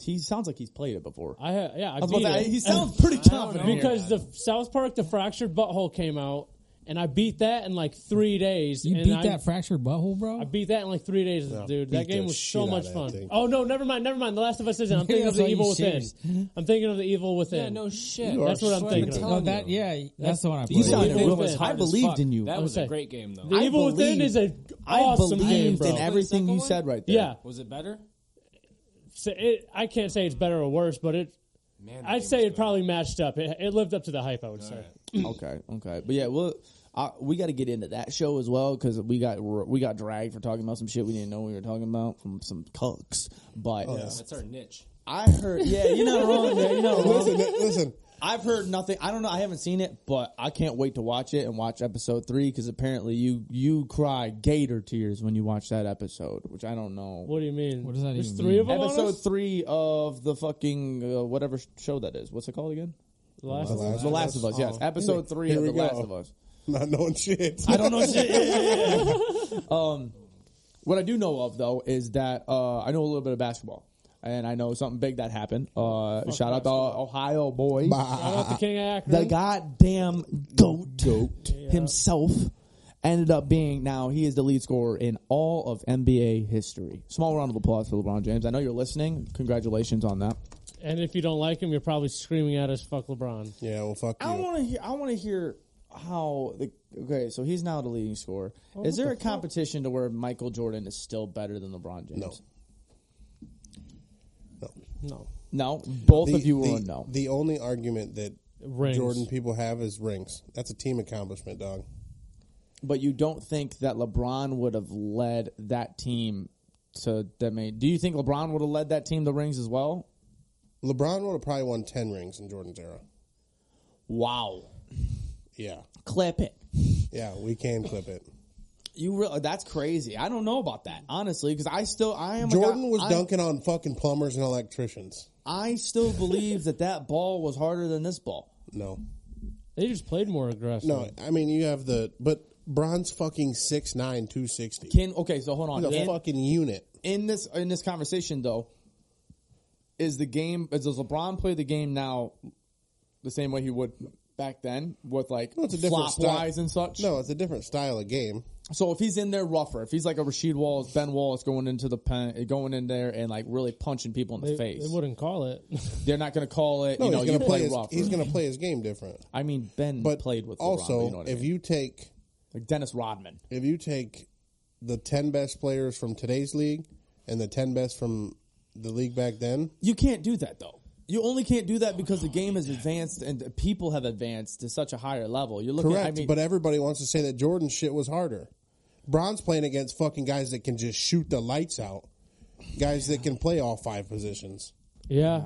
Speaker 1: He sounds like he's played it before.
Speaker 2: I ha- yeah, I,
Speaker 1: I was
Speaker 2: beat
Speaker 1: about to-
Speaker 2: it
Speaker 1: he sounds pretty confident. here.
Speaker 2: because the South Park: The Fractured Butthole came out, and I beat that in like three days.
Speaker 3: You
Speaker 2: and
Speaker 3: beat
Speaker 2: I,
Speaker 3: that fractured butthole, bro.
Speaker 2: I beat that in like three days,
Speaker 4: No,
Speaker 2: dude.
Speaker 4: beat
Speaker 2: That game
Speaker 4: the
Speaker 2: was
Speaker 4: shit
Speaker 2: so
Speaker 4: out
Speaker 2: much
Speaker 4: of that
Speaker 2: fun.
Speaker 4: thing.
Speaker 2: Oh no, never mind, never mind. The Last of Us isn't. I'm thinking of
Speaker 3: That's
Speaker 2: the
Speaker 3: why
Speaker 2: Evil
Speaker 3: you
Speaker 2: Within.
Speaker 3: serious.
Speaker 2: I'm thinking of the Evil Within.
Speaker 6: Yeah, no shit.
Speaker 4: are
Speaker 2: That's what I'm
Speaker 6: Swear
Speaker 2: thinking
Speaker 6: to
Speaker 2: of.
Speaker 6: God.
Speaker 3: no, Oh, that yeah, that's, the one I played.
Speaker 1: You
Speaker 2: Believe
Speaker 1: sounded
Speaker 2: it.
Speaker 1: real much. I
Speaker 2: Hard
Speaker 3: as
Speaker 1: believed
Speaker 3: fuck.
Speaker 1: in you.
Speaker 6: That
Speaker 2: I'm
Speaker 6: was
Speaker 2: saying-
Speaker 6: a great game, though.
Speaker 2: the
Speaker 1: I
Speaker 2: Evil Within
Speaker 1: believed-
Speaker 2: is a
Speaker 1: I
Speaker 2: awesome game,
Speaker 1: believed
Speaker 2: bro.
Speaker 1: in everything
Speaker 6: Second
Speaker 1: you
Speaker 6: one?
Speaker 1: said right there.
Speaker 2: yeah,
Speaker 6: Was it better?
Speaker 2: So it, I can't say it's better or worse, but it.
Speaker 6: Man, that
Speaker 2: I'd
Speaker 6: game
Speaker 2: say
Speaker 6: was
Speaker 2: it
Speaker 6: good.
Speaker 2: probably matched up. It, it lived up to the hype. I would say.
Speaker 1: okay. Okay. But yeah, well, I, we got to get into that show as well because we got we got dragged for talking about some shit we didn't know we were talking about from some cucks. But
Speaker 2: Oh,
Speaker 6: That's our niche.
Speaker 1: I heard, yeah, you're not wrong there. You're not wrong.
Speaker 4: listen, that- listen.
Speaker 1: I've heard nothing. I don't know. I haven't seen it, but I can't wait to watch it and watch episode three because apparently you you cry gator tears when you watch that episode, which I don't know.
Speaker 2: What do you mean?
Speaker 3: What does that
Speaker 2: There's
Speaker 3: even
Speaker 2: three
Speaker 3: mean?
Speaker 2: of them. on
Speaker 1: Episode
Speaker 2: us?
Speaker 1: three of the fucking uh, whatever sh- show that is. What's it called again?
Speaker 2: The last
Speaker 4: The
Speaker 2: one.
Speaker 4: Last
Speaker 1: The Last of Us. Yes,
Speaker 4: Oh.
Speaker 1: episode three
Speaker 4: Here
Speaker 1: of
Speaker 4: we
Speaker 1: The Last
Speaker 4: go.
Speaker 1: of Us.
Speaker 4: Not knowing shit.
Speaker 1: I don't know shit. Yeah, yeah, yeah, yeah. um, what I do know of though is that uh, I know a little bit of basketball, and I know something big that happened. Uh, shout out to Ohio boys.
Speaker 2: Shout out to King of Akron.
Speaker 1: the goddamn goat, himself. ended up being now he is the lead scorer in all of NBA history. Small round of applause for LeBron James. I know you're listening. Congratulations on that.
Speaker 2: And if you don't like him, you're probably screaming at us, "Fuck LeBron."
Speaker 4: Yeah, well, fuck
Speaker 1: I
Speaker 4: you.
Speaker 1: want to hear. I want to hear how the okay. So he's now the leading scorer. is there a competition to where Michael Jordan is still better than LeBron James?
Speaker 4: No. No.
Speaker 2: No,
Speaker 1: No? both
Speaker 4: The-
Speaker 1: of you
Speaker 4: the,
Speaker 1: were a no.
Speaker 4: The only argument that
Speaker 2: Rings.
Speaker 4: Jordan people have is rings. That's a team accomplishment, dog.
Speaker 1: But you don't think that LeBron would have led that team to that made? Do you think LeBron would have led that team to rings as well?
Speaker 4: LeBron would have probably won 10 rings in Jordan's era.
Speaker 1: Wow,
Speaker 4: Yeah.
Speaker 1: clip it.
Speaker 4: Yeah, we can clip it.
Speaker 1: You real that's crazy. I don't know about that honestly because I still I am a guy-
Speaker 4: Jordan was
Speaker 1: I-
Speaker 4: dunking on fucking plumbers and electricians.
Speaker 1: I still believe that that ball was harder than this ball.
Speaker 4: No.
Speaker 2: they just played more aggressive.
Speaker 4: No, I mean, you have the. But Bron's fucking 6'9, 260.
Speaker 1: Can okay, so hold on.
Speaker 4: He's a
Speaker 1: In,
Speaker 4: fucking unit.
Speaker 1: in this in this conversation though, is the game is does LeBron play the game now the same way he would back then with like
Speaker 4: Well, it's a different
Speaker 1: flop wise
Speaker 4: style.
Speaker 1: and such?
Speaker 4: No, it's a different style of game.
Speaker 1: So if he's in there rougher, if he's like a Rasheed Wallace, Ben Wallace going into the pen, going in there and like really punching people in the
Speaker 2: they,
Speaker 1: face,
Speaker 2: they wouldn't call it.
Speaker 1: they are not going to call it.
Speaker 4: No,
Speaker 1: you know,
Speaker 4: he's going
Speaker 1: you
Speaker 4: to play.
Speaker 1: play
Speaker 4: His,
Speaker 1: rougher.
Speaker 4: he's going to play his game different.
Speaker 1: I mean, Ben
Speaker 4: But
Speaker 1: played with LeBron,
Speaker 4: also,
Speaker 1: but you know what I
Speaker 4: if
Speaker 1: mean.
Speaker 4: you take
Speaker 1: like Dennis Rodman.
Speaker 4: if you take the ten best players from today's league and the ten best from the league back then,
Speaker 1: You can't do that though. You only can't do that because the game has advanced and people have advanced to such a higher level. You're looking.
Speaker 4: correct.
Speaker 1: I mean,
Speaker 4: but everybody wants to say that Jordan's shit was harder. Bron's playing against fucking guys that can just shoot the lights out, guys that can play all five positions.
Speaker 2: yeah,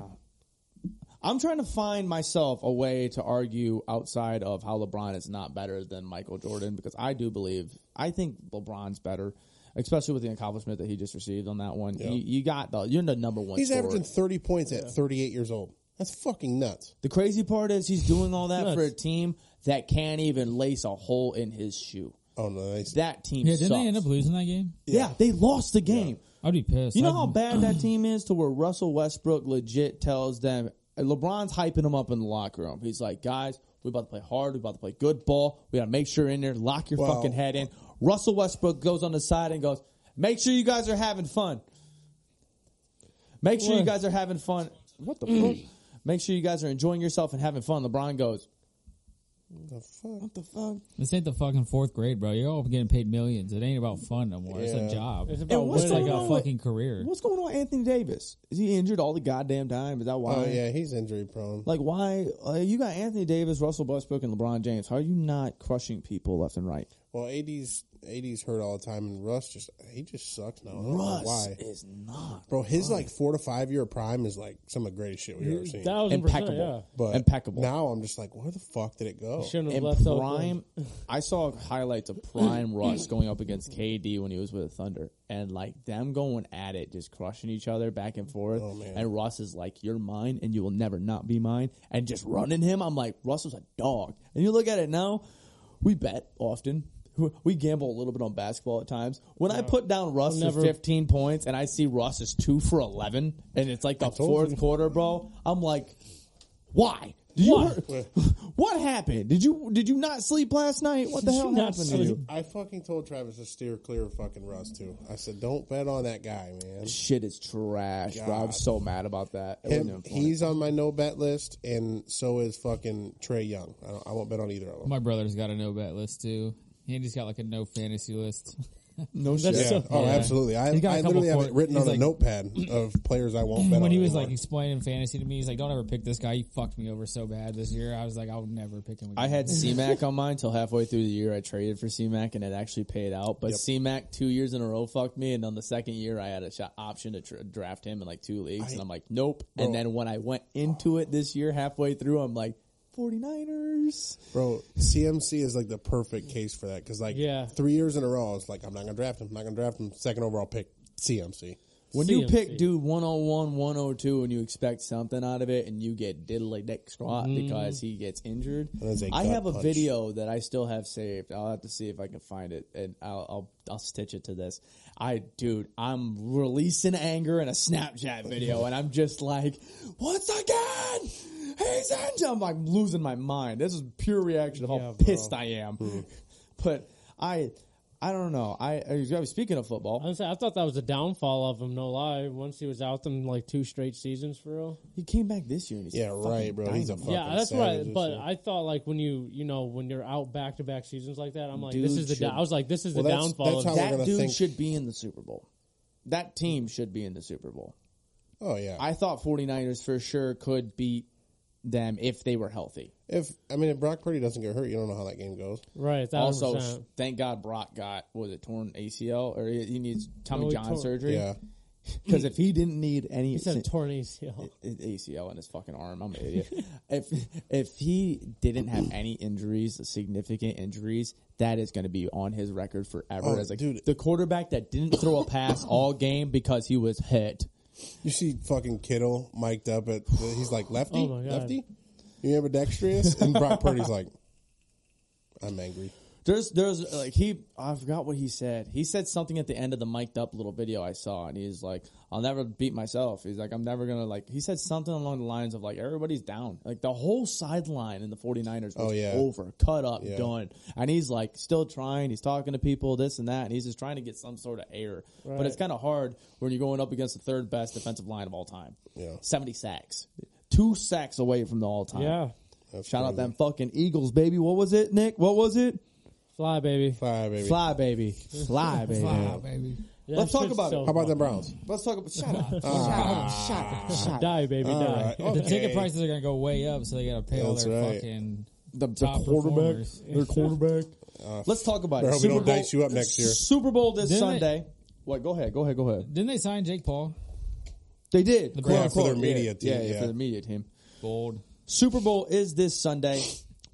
Speaker 1: I'm trying to find myself a way to argue outside of how LeBron is not better than Michael Jordan because I do believe I think LeBron's better, especially with the accomplishment that he just received on that one. You, you got the you're the number one.
Speaker 4: He's
Speaker 1: scorer.
Speaker 4: averaging thirty points at thirty-eight years old. That's fucking nuts.
Speaker 1: The crazy part is he's doing all that for a
Speaker 2: Nuts.
Speaker 1: team that can't even lace a hole in his shoe.
Speaker 4: Oh no, that's-
Speaker 1: That team.
Speaker 3: Yeah, didn't
Speaker 1: sucks.
Speaker 3: they end up losing that game?
Speaker 1: Yeah, they lost the game.
Speaker 3: I'd be pissed.
Speaker 1: You know
Speaker 3: I'd-
Speaker 1: how bad that team is to where Russell Westbrook legit tells them LeBron's hyping them up in the locker room. He's like, guys, we're about to play hard, we're about to play good ball, we gotta make sure in there, lock your
Speaker 4: Well-
Speaker 1: fucking head in. Russell Westbrook goes on the side and goes, Make sure you guys are having fun. Make sure you guys are having fun. What the fuck? Make sure you guys are enjoying yourself and having fun. LeBron goes,
Speaker 4: the fuck?
Speaker 1: What the fuck?
Speaker 3: This ain't the fucking fourth grade, bro. You're all getting paid millions. It ain't about fun no more. It's
Speaker 4: Yeah.
Speaker 3: a job.
Speaker 2: it's
Speaker 3: It's
Speaker 2: about
Speaker 1: what's
Speaker 2: winning.
Speaker 1: going
Speaker 3: like a
Speaker 1: on with-
Speaker 3: fucking career.
Speaker 1: What's going on with Anthony Davis? Is he injured all the goddamn time? Is that why?
Speaker 4: Oh yeah, he's injury prone.
Speaker 1: Like, why? Uh, you got Anthony Davis, Russell Westbrook, and LeBron James. How are you not crushing people left and right?
Speaker 4: Well, AD's AD's hurt all the time, and Russ just he just sucks now. I don't know
Speaker 1: Russ
Speaker 4: why,
Speaker 1: is not
Speaker 4: bro? His like four to five year prime is like some of the greatest shit we've ever seen.
Speaker 2: thousand percent. Yeah,
Speaker 1: impeccable.
Speaker 4: but
Speaker 1: impeccable.
Speaker 4: Now I'm just like, where the fuck did it go?
Speaker 2: shouldn't have
Speaker 1: and
Speaker 2: left out
Speaker 1: prime, I saw highlights of prime Russ going up against KD when he was with the Thunder, and like them going at it, just crushing each other back and forth.
Speaker 4: Oh, man.
Speaker 1: And Russ is like, "You're mine, and you will never not be mine," and just running him. I'm like, Russ was a dog. And you look at it now, we bet often. We gamble a little bit on basketball at times. When I put down Russ for
Speaker 2: never-
Speaker 1: 15 points and I see Russ is two for 11 and it's like the fourth quarter, bro, I'm like, why? Did you what? what happened? Did you did you not sleep last night? What the
Speaker 2: Did
Speaker 1: hell
Speaker 2: you not
Speaker 1: happened to
Speaker 2: sleep?
Speaker 1: you?
Speaker 4: I fucking told Travis to steer clear of fucking Russ too. I said, don't bet on that guy, man.
Speaker 1: Shit is trash, bro. I'm
Speaker 4: God.
Speaker 1: so mad about that. It
Speaker 4: Him-
Speaker 1: wasn't even funny.
Speaker 4: he's on my no bet list, and so is fucking Trey Young. I, don't, I won't bet on either of them.
Speaker 3: My brother's got a no bet list too. Andy's got like a no fantasy list.
Speaker 1: no shit.
Speaker 4: Yeah.
Speaker 2: so-
Speaker 4: oh,
Speaker 3: yeah.
Speaker 4: absolutely. I, I
Speaker 3: He's got a couple
Speaker 4: literally have
Speaker 3: for-
Speaker 4: it written
Speaker 3: he's
Speaker 4: on a
Speaker 3: like-
Speaker 4: notepad of players I won't bet
Speaker 3: when
Speaker 4: on.
Speaker 3: he was like
Speaker 4: anymore.
Speaker 3: explaining fantasy to me, he's like, "Don't ever pick this guy. He fucked me over so bad this year." I was like, "I'll never pick him." Again.
Speaker 1: I had C Mac on mine till halfway through the year. I traded for C Mac and it actually paid out. But C Mac two years in a row fucked me, and on the second year I had a shot option to tr- draft him in like two leagues, and I'm like, nope. And then when I went into it this year, halfway through, I'm like, 49ers.
Speaker 4: Bro, CMC is like the perfect case for that because like
Speaker 2: Yeah.
Speaker 4: three years in a row, I was like, I'm not gonna draft him. I'm not gonna draft him. Second overall pick, CMC.
Speaker 1: When you
Speaker 2: CMC.
Speaker 1: pick dude 101, 102, and you expect something out of it, and you get diddly dick squat because he gets injured.
Speaker 4: That's a
Speaker 1: I
Speaker 4: gut
Speaker 1: have a
Speaker 4: punch.
Speaker 1: video that I still have saved. I'll have to see if I can find it, and I'll I'll, I'll stitch it to this. I dude, I'm releasing anger in a Snapchat video, and I'm just like, once again, he's
Speaker 4: Hmm.
Speaker 1: injured. I'm like losing my mind. This is pure reaction of how pissed I am, but. I I don't know. I, I speaking of
Speaker 2: I,
Speaker 1: football,
Speaker 2: was saying, I thought that was a downfall of him. No lie, once he was out them like two straight seasons for real.
Speaker 1: he came back this year and he's
Speaker 4: Yeah,
Speaker 1: fucking
Speaker 4: right, bro. He's a
Speaker 1: dynamite.
Speaker 4: fucking
Speaker 2: yeah, that's
Speaker 4: savage
Speaker 2: right.
Speaker 4: this
Speaker 2: But
Speaker 4: year.
Speaker 2: I thought like when you you know when you're out back to back seasons like that, I'm like this
Speaker 1: Dude
Speaker 2: is the.
Speaker 1: should-
Speaker 2: down I was like this is
Speaker 4: Well,
Speaker 2: the
Speaker 4: that's-
Speaker 2: downfall.
Speaker 4: that's
Speaker 2: of
Speaker 4: how we're
Speaker 1: that
Speaker 4: gonna
Speaker 1: dude
Speaker 4: think-
Speaker 1: should be in the Super Bowl. That team should be in the Super Bowl.
Speaker 4: oh yeah.
Speaker 1: I thought 49ers for sure could beat them if they were healthy.
Speaker 4: if I mean, if Brock Purdy doesn't get hurt, you don't know how that game goes.
Speaker 2: right. 1,000%.
Speaker 1: Also, sh- thank God Brock got was it torn ACL or he, he needs Tommy
Speaker 2: No, he
Speaker 1: John
Speaker 2: tore-
Speaker 1: surgery.
Speaker 4: Yeah,
Speaker 1: because if he didn't need any
Speaker 2: he said torn ACL.
Speaker 1: ACL in his fucking arm, I'm an idiot. if if he didn't have any injuries, significant injuries, that is going to be on his record forever
Speaker 4: Oh,
Speaker 1: as like
Speaker 4: dude.
Speaker 1: the quarterback that didn't throw a pass all game because he was hit.
Speaker 4: you see, fucking Kittle mic'd up at he's like lefty,
Speaker 2: Oh, my God.
Speaker 4: lefty. You ever dexterous? And Brock Purdy's like, I'm angry.
Speaker 1: There's, there's like he, I forgot what he said. He said something at the end of the mic'd up little video I saw, and he's like, "I'll never beat myself." He's like, "I'm never gonna like." He said something along the lines of like, "Everybody's down." Like the whole sideline in the 49ers was
Speaker 4: Oh, yeah.
Speaker 1: over, cut up,
Speaker 4: Yeah.
Speaker 1: done, and he's like still trying. He's talking to people, this and that, and he's just trying to get some sort of air. But it's kind of hard when you're going up against the third best defensive line of all time.
Speaker 4: Yeah.
Speaker 1: 70 sacks, two sacks away from the all
Speaker 4: uh,
Speaker 1: time.
Speaker 2: Yeah,
Speaker 4: That's
Speaker 1: Shout out
Speaker 4: crazy.
Speaker 1: them fucking Eagles, baby. What was it, Nick? What was it?
Speaker 2: fly baby.
Speaker 4: Fly, baby.
Speaker 1: Fly, baby. Fly, baby.
Speaker 3: Wow, baby.
Speaker 2: Yeah,
Speaker 1: Let's talk
Speaker 2: shit's
Speaker 1: about it.
Speaker 2: so
Speaker 4: How about
Speaker 2: fun.
Speaker 4: them Browns?
Speaker 1: Let's talk about. Shut up. shut up. Shut up. Shut up.
Speaker 2: Die baby,
Speaker 4: All
Speaker 2: die.
Speaker 4: right.
Speaker 3: The
Speaker 4: Okay.
Speaker 3: ticket prices are going to go way up, so they got to pay all
Speaker 4: That's
Speaker 3: their
Speaker 4: right.
Speaker 3: fucking.
Speaker 1: The, the
Speaker 3: Top
Speaker 1: quarterback.
Speaker 3: performers.
Speaker 1: Their quarterback. Let's talk about
Speaker 4: I
Speaker 1: it.
Speaker 4: hope we don't dice you up next year.
Speaker 1: Super Bowl this
Speaker 3: Didn't they-
Speaker 1: Sunday. What? Go ahead. Go ahead. Go ahead.
Speaker 3: Didn't they sign Jake Paul?
Speaker 1: They did.
Speaker 3: The
Speaker 1: quote,
Speaker 3: Yeah,
Speaker 4: for their
Speaker 1: unquote.
Speaker 4: media team,
Speaker 1: Yeah,
Speaker 4: yeah.
Speaker 1: for their media team.
Speaker 3: Gold.
Speaker 1: Super Bowl is this Sunday.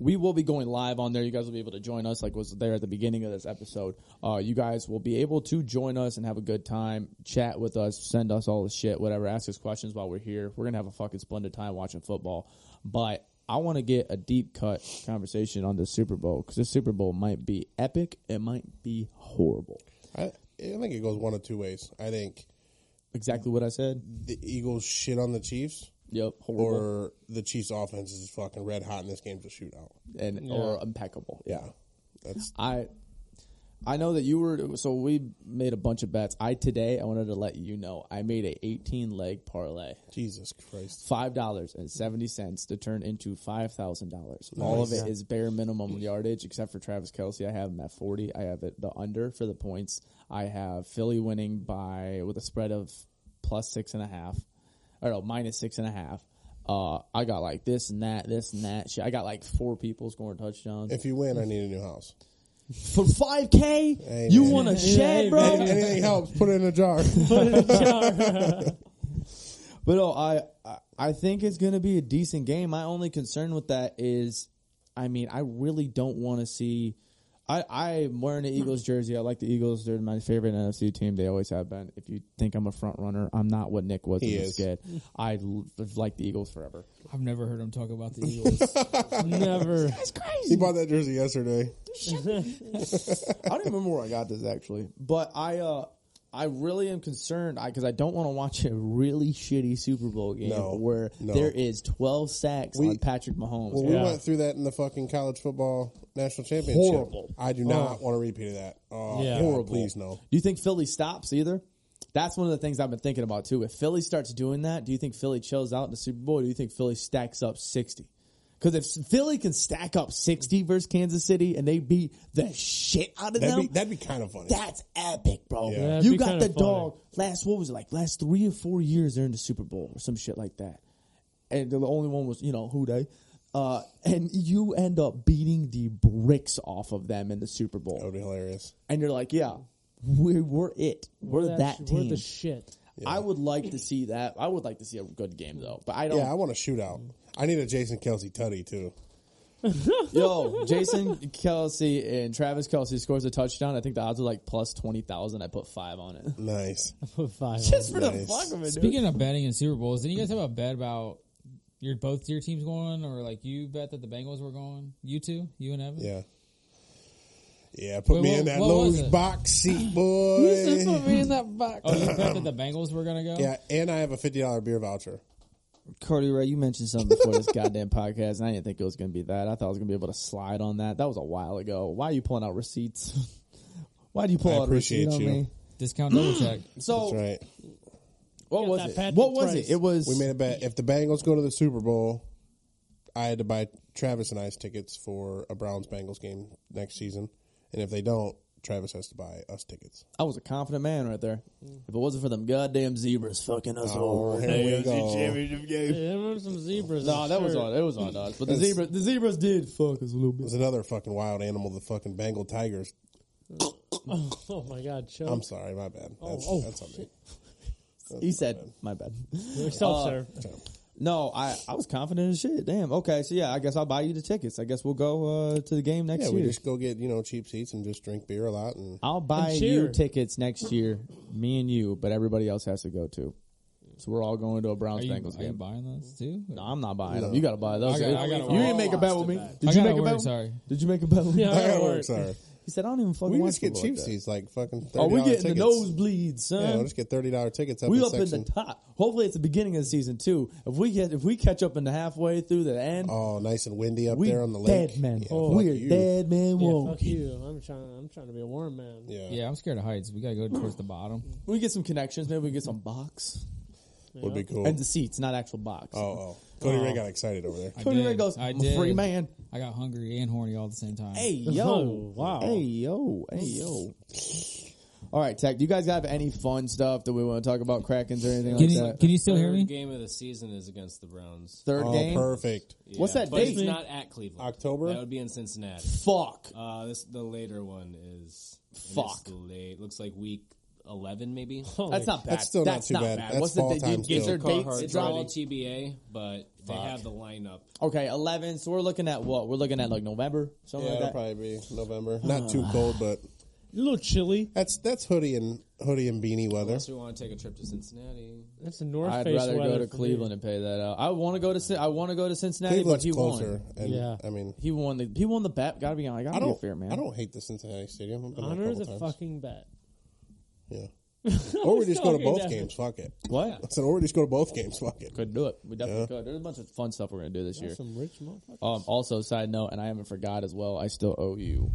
Speaker 1: We will be going live on there. You guys will be able to join us, like was there at the beginning of this episode. Uh, you guys will be able to join us and have a good time, chat with us, send us all the shit, whatever, ask us questions while we're here. We're gonna have a fucking splendid time watching football. But I want to get a deep cut conversation on the Super Bowl because this Super Bowl might be epic. It might be horrible.
Speaker 4: I, I think it goes one of two ways. I think
Speaker 1: Exactly what I said.
Speaker 4: the Eagles shit on the Chiefs,
Speaker 1: Yep, horrible
Speaker 4: or the Chiefs' offense is fucking red hot and this game's a shootout.
Speaker 1: and or impeccable.
Speaker 4: Yeah, that's
Speaker 1: I I know that you were so we made a bunch of bets. I today I wanted to let you know I made a 18 leg parlay.
Speaker 4: Jesus Christ.
Speaker 1: Five dollars and seventy cents to turn into five thousand dollars. All of it is bare minimum yardage, except for Travis Kelsey. I have him at forty. I have it the under for the points. I have Philly winning by with a spread of plus six and a half, or no, minus six and a half. Uh, I got like this and that, this and that. Shit. I got like four people scoring touchdowns
Speaker 4: If you win, I need a new house.
Speaker 1: for five k.
Speaker 4: Hey,
Speaker 1: you
Speaker 4: man.
Speaker 1: want a
Speaker 2: Yeah,
Speaker 1: shed,
Speaker 2: hey,
Speaker 1: bro?
Speaker 2: man.
Speaker 4: Anything helps, put it in a jar.
Speaker 1: But no, I I- I think it's going to be a decent game. My only concern with that is, I mean, I really don't want to see. I I'm wearing an Eagles jersey. I like the Eagles. They're my favorite NFC team. They always have been. If you think I'm a front runner, I'm not what Nick was
Speaker 4: He
Speaker 1: in this
Speaker 4: is.
Speaker 1: kid. I l- like the Eagles forever.
Speaker 3: I've never heard him talk about the Eagles.
Speaker 2: Never.
Speaker 4: he bought that jersey yesterday.
Speaker 1: I don't even remember where I got this actually, but I uh I really am concerned because I, don't want to watch a really shitty Super Bowl game
Speaker 4: No,
Speaker 1: where
Speaker 4: no.
Speaker 1: there is 12 sacks
Speaker 4: We-
Speaker 1: on Patrick Mahomes.
Speaker 4: Well, we
Speaker 2: Yeah.
Speaker 4: went through that in the fucking college football national championship.
Speaker 1: Horrible.
Speaker 4: I do not want to repeat that. Oh,
Speaker 2: Yeah.
Speaker 4: yeah.
Speaker 1: Horrible.
Speaker 4: Please no.
Speaker 1: Do you think Philly stops either? That's one of the things I've been thinking about too. If Philly starts doing that, do you think Philly chills out in the Super Bowl? Or do you think Philly stacks up 60? Because if Philly can stack up 60 versus Kansas City and they beat the shit out of
Speaker 4: That'd
Speaker 1: them,
Speaker 4: be that'd be kind of funny.
Speaker 1: That's epic, bro.
Speaker 4: Yeah. That'd
Speaker 1: You
Speaker 2: be
Speaker 1: got
Speaker 2: kinda
Speaker 1: the
Speaker 2: funny.
Speaker 1: dog last what was it like? Last three or four years they're in the Super Bowl or some shit like that. And the only one was, you know, who they. Uh, and you end up beating the bricks off of them in the Super Bowl.
Speaker 4: that would be hilarious.
Speaker 1: And you're like, yeah, we're, we're it. We're, that,
Speaker 2: That's-
Speaker 1: team.
Speaker 2: We're the shit.
Speaker 1: I would like to see that. I would like to see a good game though, but I don't.
Speaker 4: Yeah, I want a shootout. I need a Jason Kelsey tutty too.
Speaker 1: Yo, Jason Kelsey and Travis Kelsey scores a touchdown. I think the odds are like plus twenty thousand. I put five on it.
Speaker 4: Nice.
Speaker 2: Put five.
Speaker 1: Just for the
Speaker 4: Nice.
Speaker 1: fuck of it. dude.
Speaker 3: Speaking of betting in Super Bowls, didn't you guys have a bet about your both your teams going, or like you bet that the Bengals were going? You two, you and Evan.
Speaker 4: Yeah. Yeah, put
Speaker 3: Wait,
Speaker 4: me
Speaker 3: what-
Speaker 4: in that
Speaker 3: what was
Speaker 4: Lowe's
Speaker 3: it?
Speaker 4: box seat, boy.
Speaker 3: Oh, you bet that the Bengals were going to go.
Speaker 4: yeah, and I have a fifty dollar beer voucher.
Speaker 1: Cody Ray, you mentioned something before this goddamn podcast, and I didn't think it was going to be that. I thought I was going to be able to slide on that. That was a while ago. Why are you pulling out receipts? Why do you pull
Speaker 4: I
Speaker 1: out a receipt
Speaker 4: appreciate
Speaker 1: on
Speaker 4: you.
Speaker 1: me?
Speaker 3: Discount double check.
Speaker 1: So
Speaker 4: That's right.
Speaker 1: what
Speaker 2: Got
Speaker 1: was
Speaker 2: that
Speaker 1: it?
Speaker 2: Patrick
Speaker 1: What was
Speaker 2: Price.
Speaker 1: it? It was
Speaker 4: We made a bet. If the Bengals go to the Super Bowl, I had to buy Travis and I's tickets for a Browns Bengals game next season. And if they don't, Travis has to buy us tickets.
Speaker 1: I was a confident man right there. If it wasn't for them goddamn zebras fucking us
Speaker 4: Oh,
Speaker 1: over.
Speaker 4: here we go.
Speaker 2: Yeah, there were some zebras.
Speaker 1: No,
Speaker 2: I'm
Speaker 1: that was
Speaker 2: sure.
Speaker 1: on. It was on us. But the zebras, the zebras did fuck us a little bit.
Speaker 4: There's another fucking wild animal, the fucking Bengal tigers.
Speaker 2: Oh my god, show.
Speaker 4: I'm sorry, my bad. That's,
Speaker 2: oh,
Speaker 4: that's on me.
Speaker 1: He said, "My bad."
Speaker 2: yourself, sir.
Speaker 1: No, I, I was confident as shit. Damn. Okay, so yeah, I guess I'll buy you the tickets. I guess we'll go uh, to the game next
Speaker 4: Yeah, we
Speaker 1: year.
Speaker 4: just go get you know cheap seats and just drink beer a lot and
Speaker 1: I'll buy
Speaker 2: And cheer.
Speaker 1: you tickets next year, me and you, but everybody else has to go too. So we're all going to a
Speaker 3: Are
Speaker 1: Browns
Speaker 3: you,
Speaker 1: Bengals
Speaker 3: are you
Speaker 1: game.
Speaker 3: buying those too?
Speaker 1: No, I'm not buying them. You got to buy those.
Speaker 3: I gotta- I gotta
Speaker 1: you
Speaker 3: work.
Speaker 1: didn't make a bet with me.
Speaker 3: I
Speaker 1: Did you
Speaker 3: gotta
Speaker 1: make a
Speaker 3: work,
Speaker 1: bet? with-
Speaker 3: sorry.
Speaker 1: Did you make a bet? With me?
Speaker 2: Yeah, I gotta work.
Speaker 4: sorry.
Speaker 1: He said I don't even fucking.
Speaker 4: We
Speaker 1: watch
Speaker 4: just get
Speaker 1: football
Speaker 4: cheap
Speaker 1: like that.
Speaker 4: seats like fucking. $30
Speaker 1: Oh, we getting
Speaker 4: tickets.
Speaker 1: the nosebleeds, son.
Speaker 4: Yeah, we'll just get thirty dollar tickets up.
Speaker 1: we
Speaker 4: in
Speaker 1: up
Speaker 4: section.
Speaker 1: in the top. Hopefully, it's the beginning of the season too. If we get, if we catch up in the halfway through the end,
Speaker 4: Oh, nice and windy up
Speaker 1: we
Speaker 4: there on the lake.
Speaker 1: dead man. Oh.
Speaker 4: Yeah, fuck
Speaker 1: We're
Speaker 4: you.
Speaker 1: dead man.
Speaker 2: Yeah,
Speaker 1: Whoa.
Speaker 2: fuck you. I'm trying. I'm trying to be a warm man.
Speaker 4: Yeah.
Speaker 3: Yeah, I'm scared of heights. We gotta go towards the bottom.
Speaker 1: We get some connections. Maybe we get some box
Speaker 4: would be cool.
Speaker 1: and the seats, not actual box.
Speaker 4: oh, oh, Cody Ray got excited over there.
Speaker 3: I
Speaker 1: Cody Ray
Speaker 3: did.
Speaker 1: goes,
Speaker 3: I
Speaker 1: "I'm a
Speaker 3: did.
Speaker 1: free man."
Speaker 3: I got hungry and horny all at the same time.
Speaker 1: Hey
Speaker 2: Oh,
Speaker 1: yo,
Speaker 2: wow.
Speaker 1: Hey yo, hey yo. All right, Tech. Do you guys have any fun stuff that we want to talk about? Krakens or anything
Speaker 3: can
Speaker 1: like
Speaker 3: you
Speaker 1: that?
Speaker 3: can you still hear
Speaker 6: Third
Speaker 3: me?
Speaker 6: game of the season is against the Browns.
Speaker 1: Third
Speaker 4: oh,
Speaker 1: game.
Speaker 4: perfect.
Speaker 6: Yeah,
Speaker 1: What's that
Speaker 6: but
Speaker 1: date?
Speaker 6: It's not at Cleveland.
Speaker 4: October?
Speaker 6: That would be in Cincinnati.
Speaker 1: Fuck.
Speaker 6: Uh, this the later one is and it's
Speaker 1: Fuck.
Speaker 6: Late. Looks like week eleven, maybe.
Speaker 1: That's not bad.
Speaker 4: That's still not too bad. That's
Speaker 1: What's the
Speaker 4: fall
Speaker 1: date?
Speaker 4: time
Speaker 1: Is there
Speaker 4: still.
Speaker 1: dates?
Speaker 6: It's
Speaker 1: dropped?
Speaker 6: all TBA, but they have the lineup.
Speaker 1: Okay, eleven. So we're looking at what? We're looking at like November, something
Speaker 4: Yeah,
Speaker 1: like
Speaker 4: it'll
Speaker 1: that.
Speaker 4: probably be November. Not
Speaker 1: Uh.
Speaker 4: too cold, but
Speaker 2: A little chilly.
Speaker 4: that's that's hoodie and hoodie and beanie weather.
Speaker 6: Unless we want to take a trip to Cincinnati.
Speaker 2: That's a North
Speaker 1: I'd
Speaker 2: Face
Speaker 1: rather go
Speaker 2: weather
Speaker 1: to
Speaker 2: for me.
Speaker 1: Cleveland and pay that out. I want to go to Cin- I want to go to Cincinnati,
Speaker 4: Cleveland's
Speaker 1: but he
Speaker 4: closer,
Speaker 1: won.
Speaker 4: and
Speaker 2: Yeah.
Speaker 4: I mean,
Speaker 1: He won the he won the bet. Gotta be honest.
Speaker 4: I
Speaker 1: Gotta be
Speaker 4: don't
Speaker 1: fair, man.
Speaker 4: I don't hate the Cincinnati Stadium. I've been there a
Speaker 2: Honor
Speaker 4: couple
Speaker 2: the
Speaker 4: times.
Speaker 2: fucking bet.
Speaker 4: Yeah. or we just go to
Speaker 2: Sorry,
Speaker 4: both
Speaker 2: that-
Speaker 4: games. Fuck it.
Speaker 1: what
Speaker 4: I said, or we just go to both games. Fuck it.
Speaker 1: could do it. We definitely could. There's a bunch of fun stuff we're gonna do this year.
Speaker 2: Some rich motherfucker.
Speaker 1: Um, also, side note, and I haven't forgot as well. I still owe you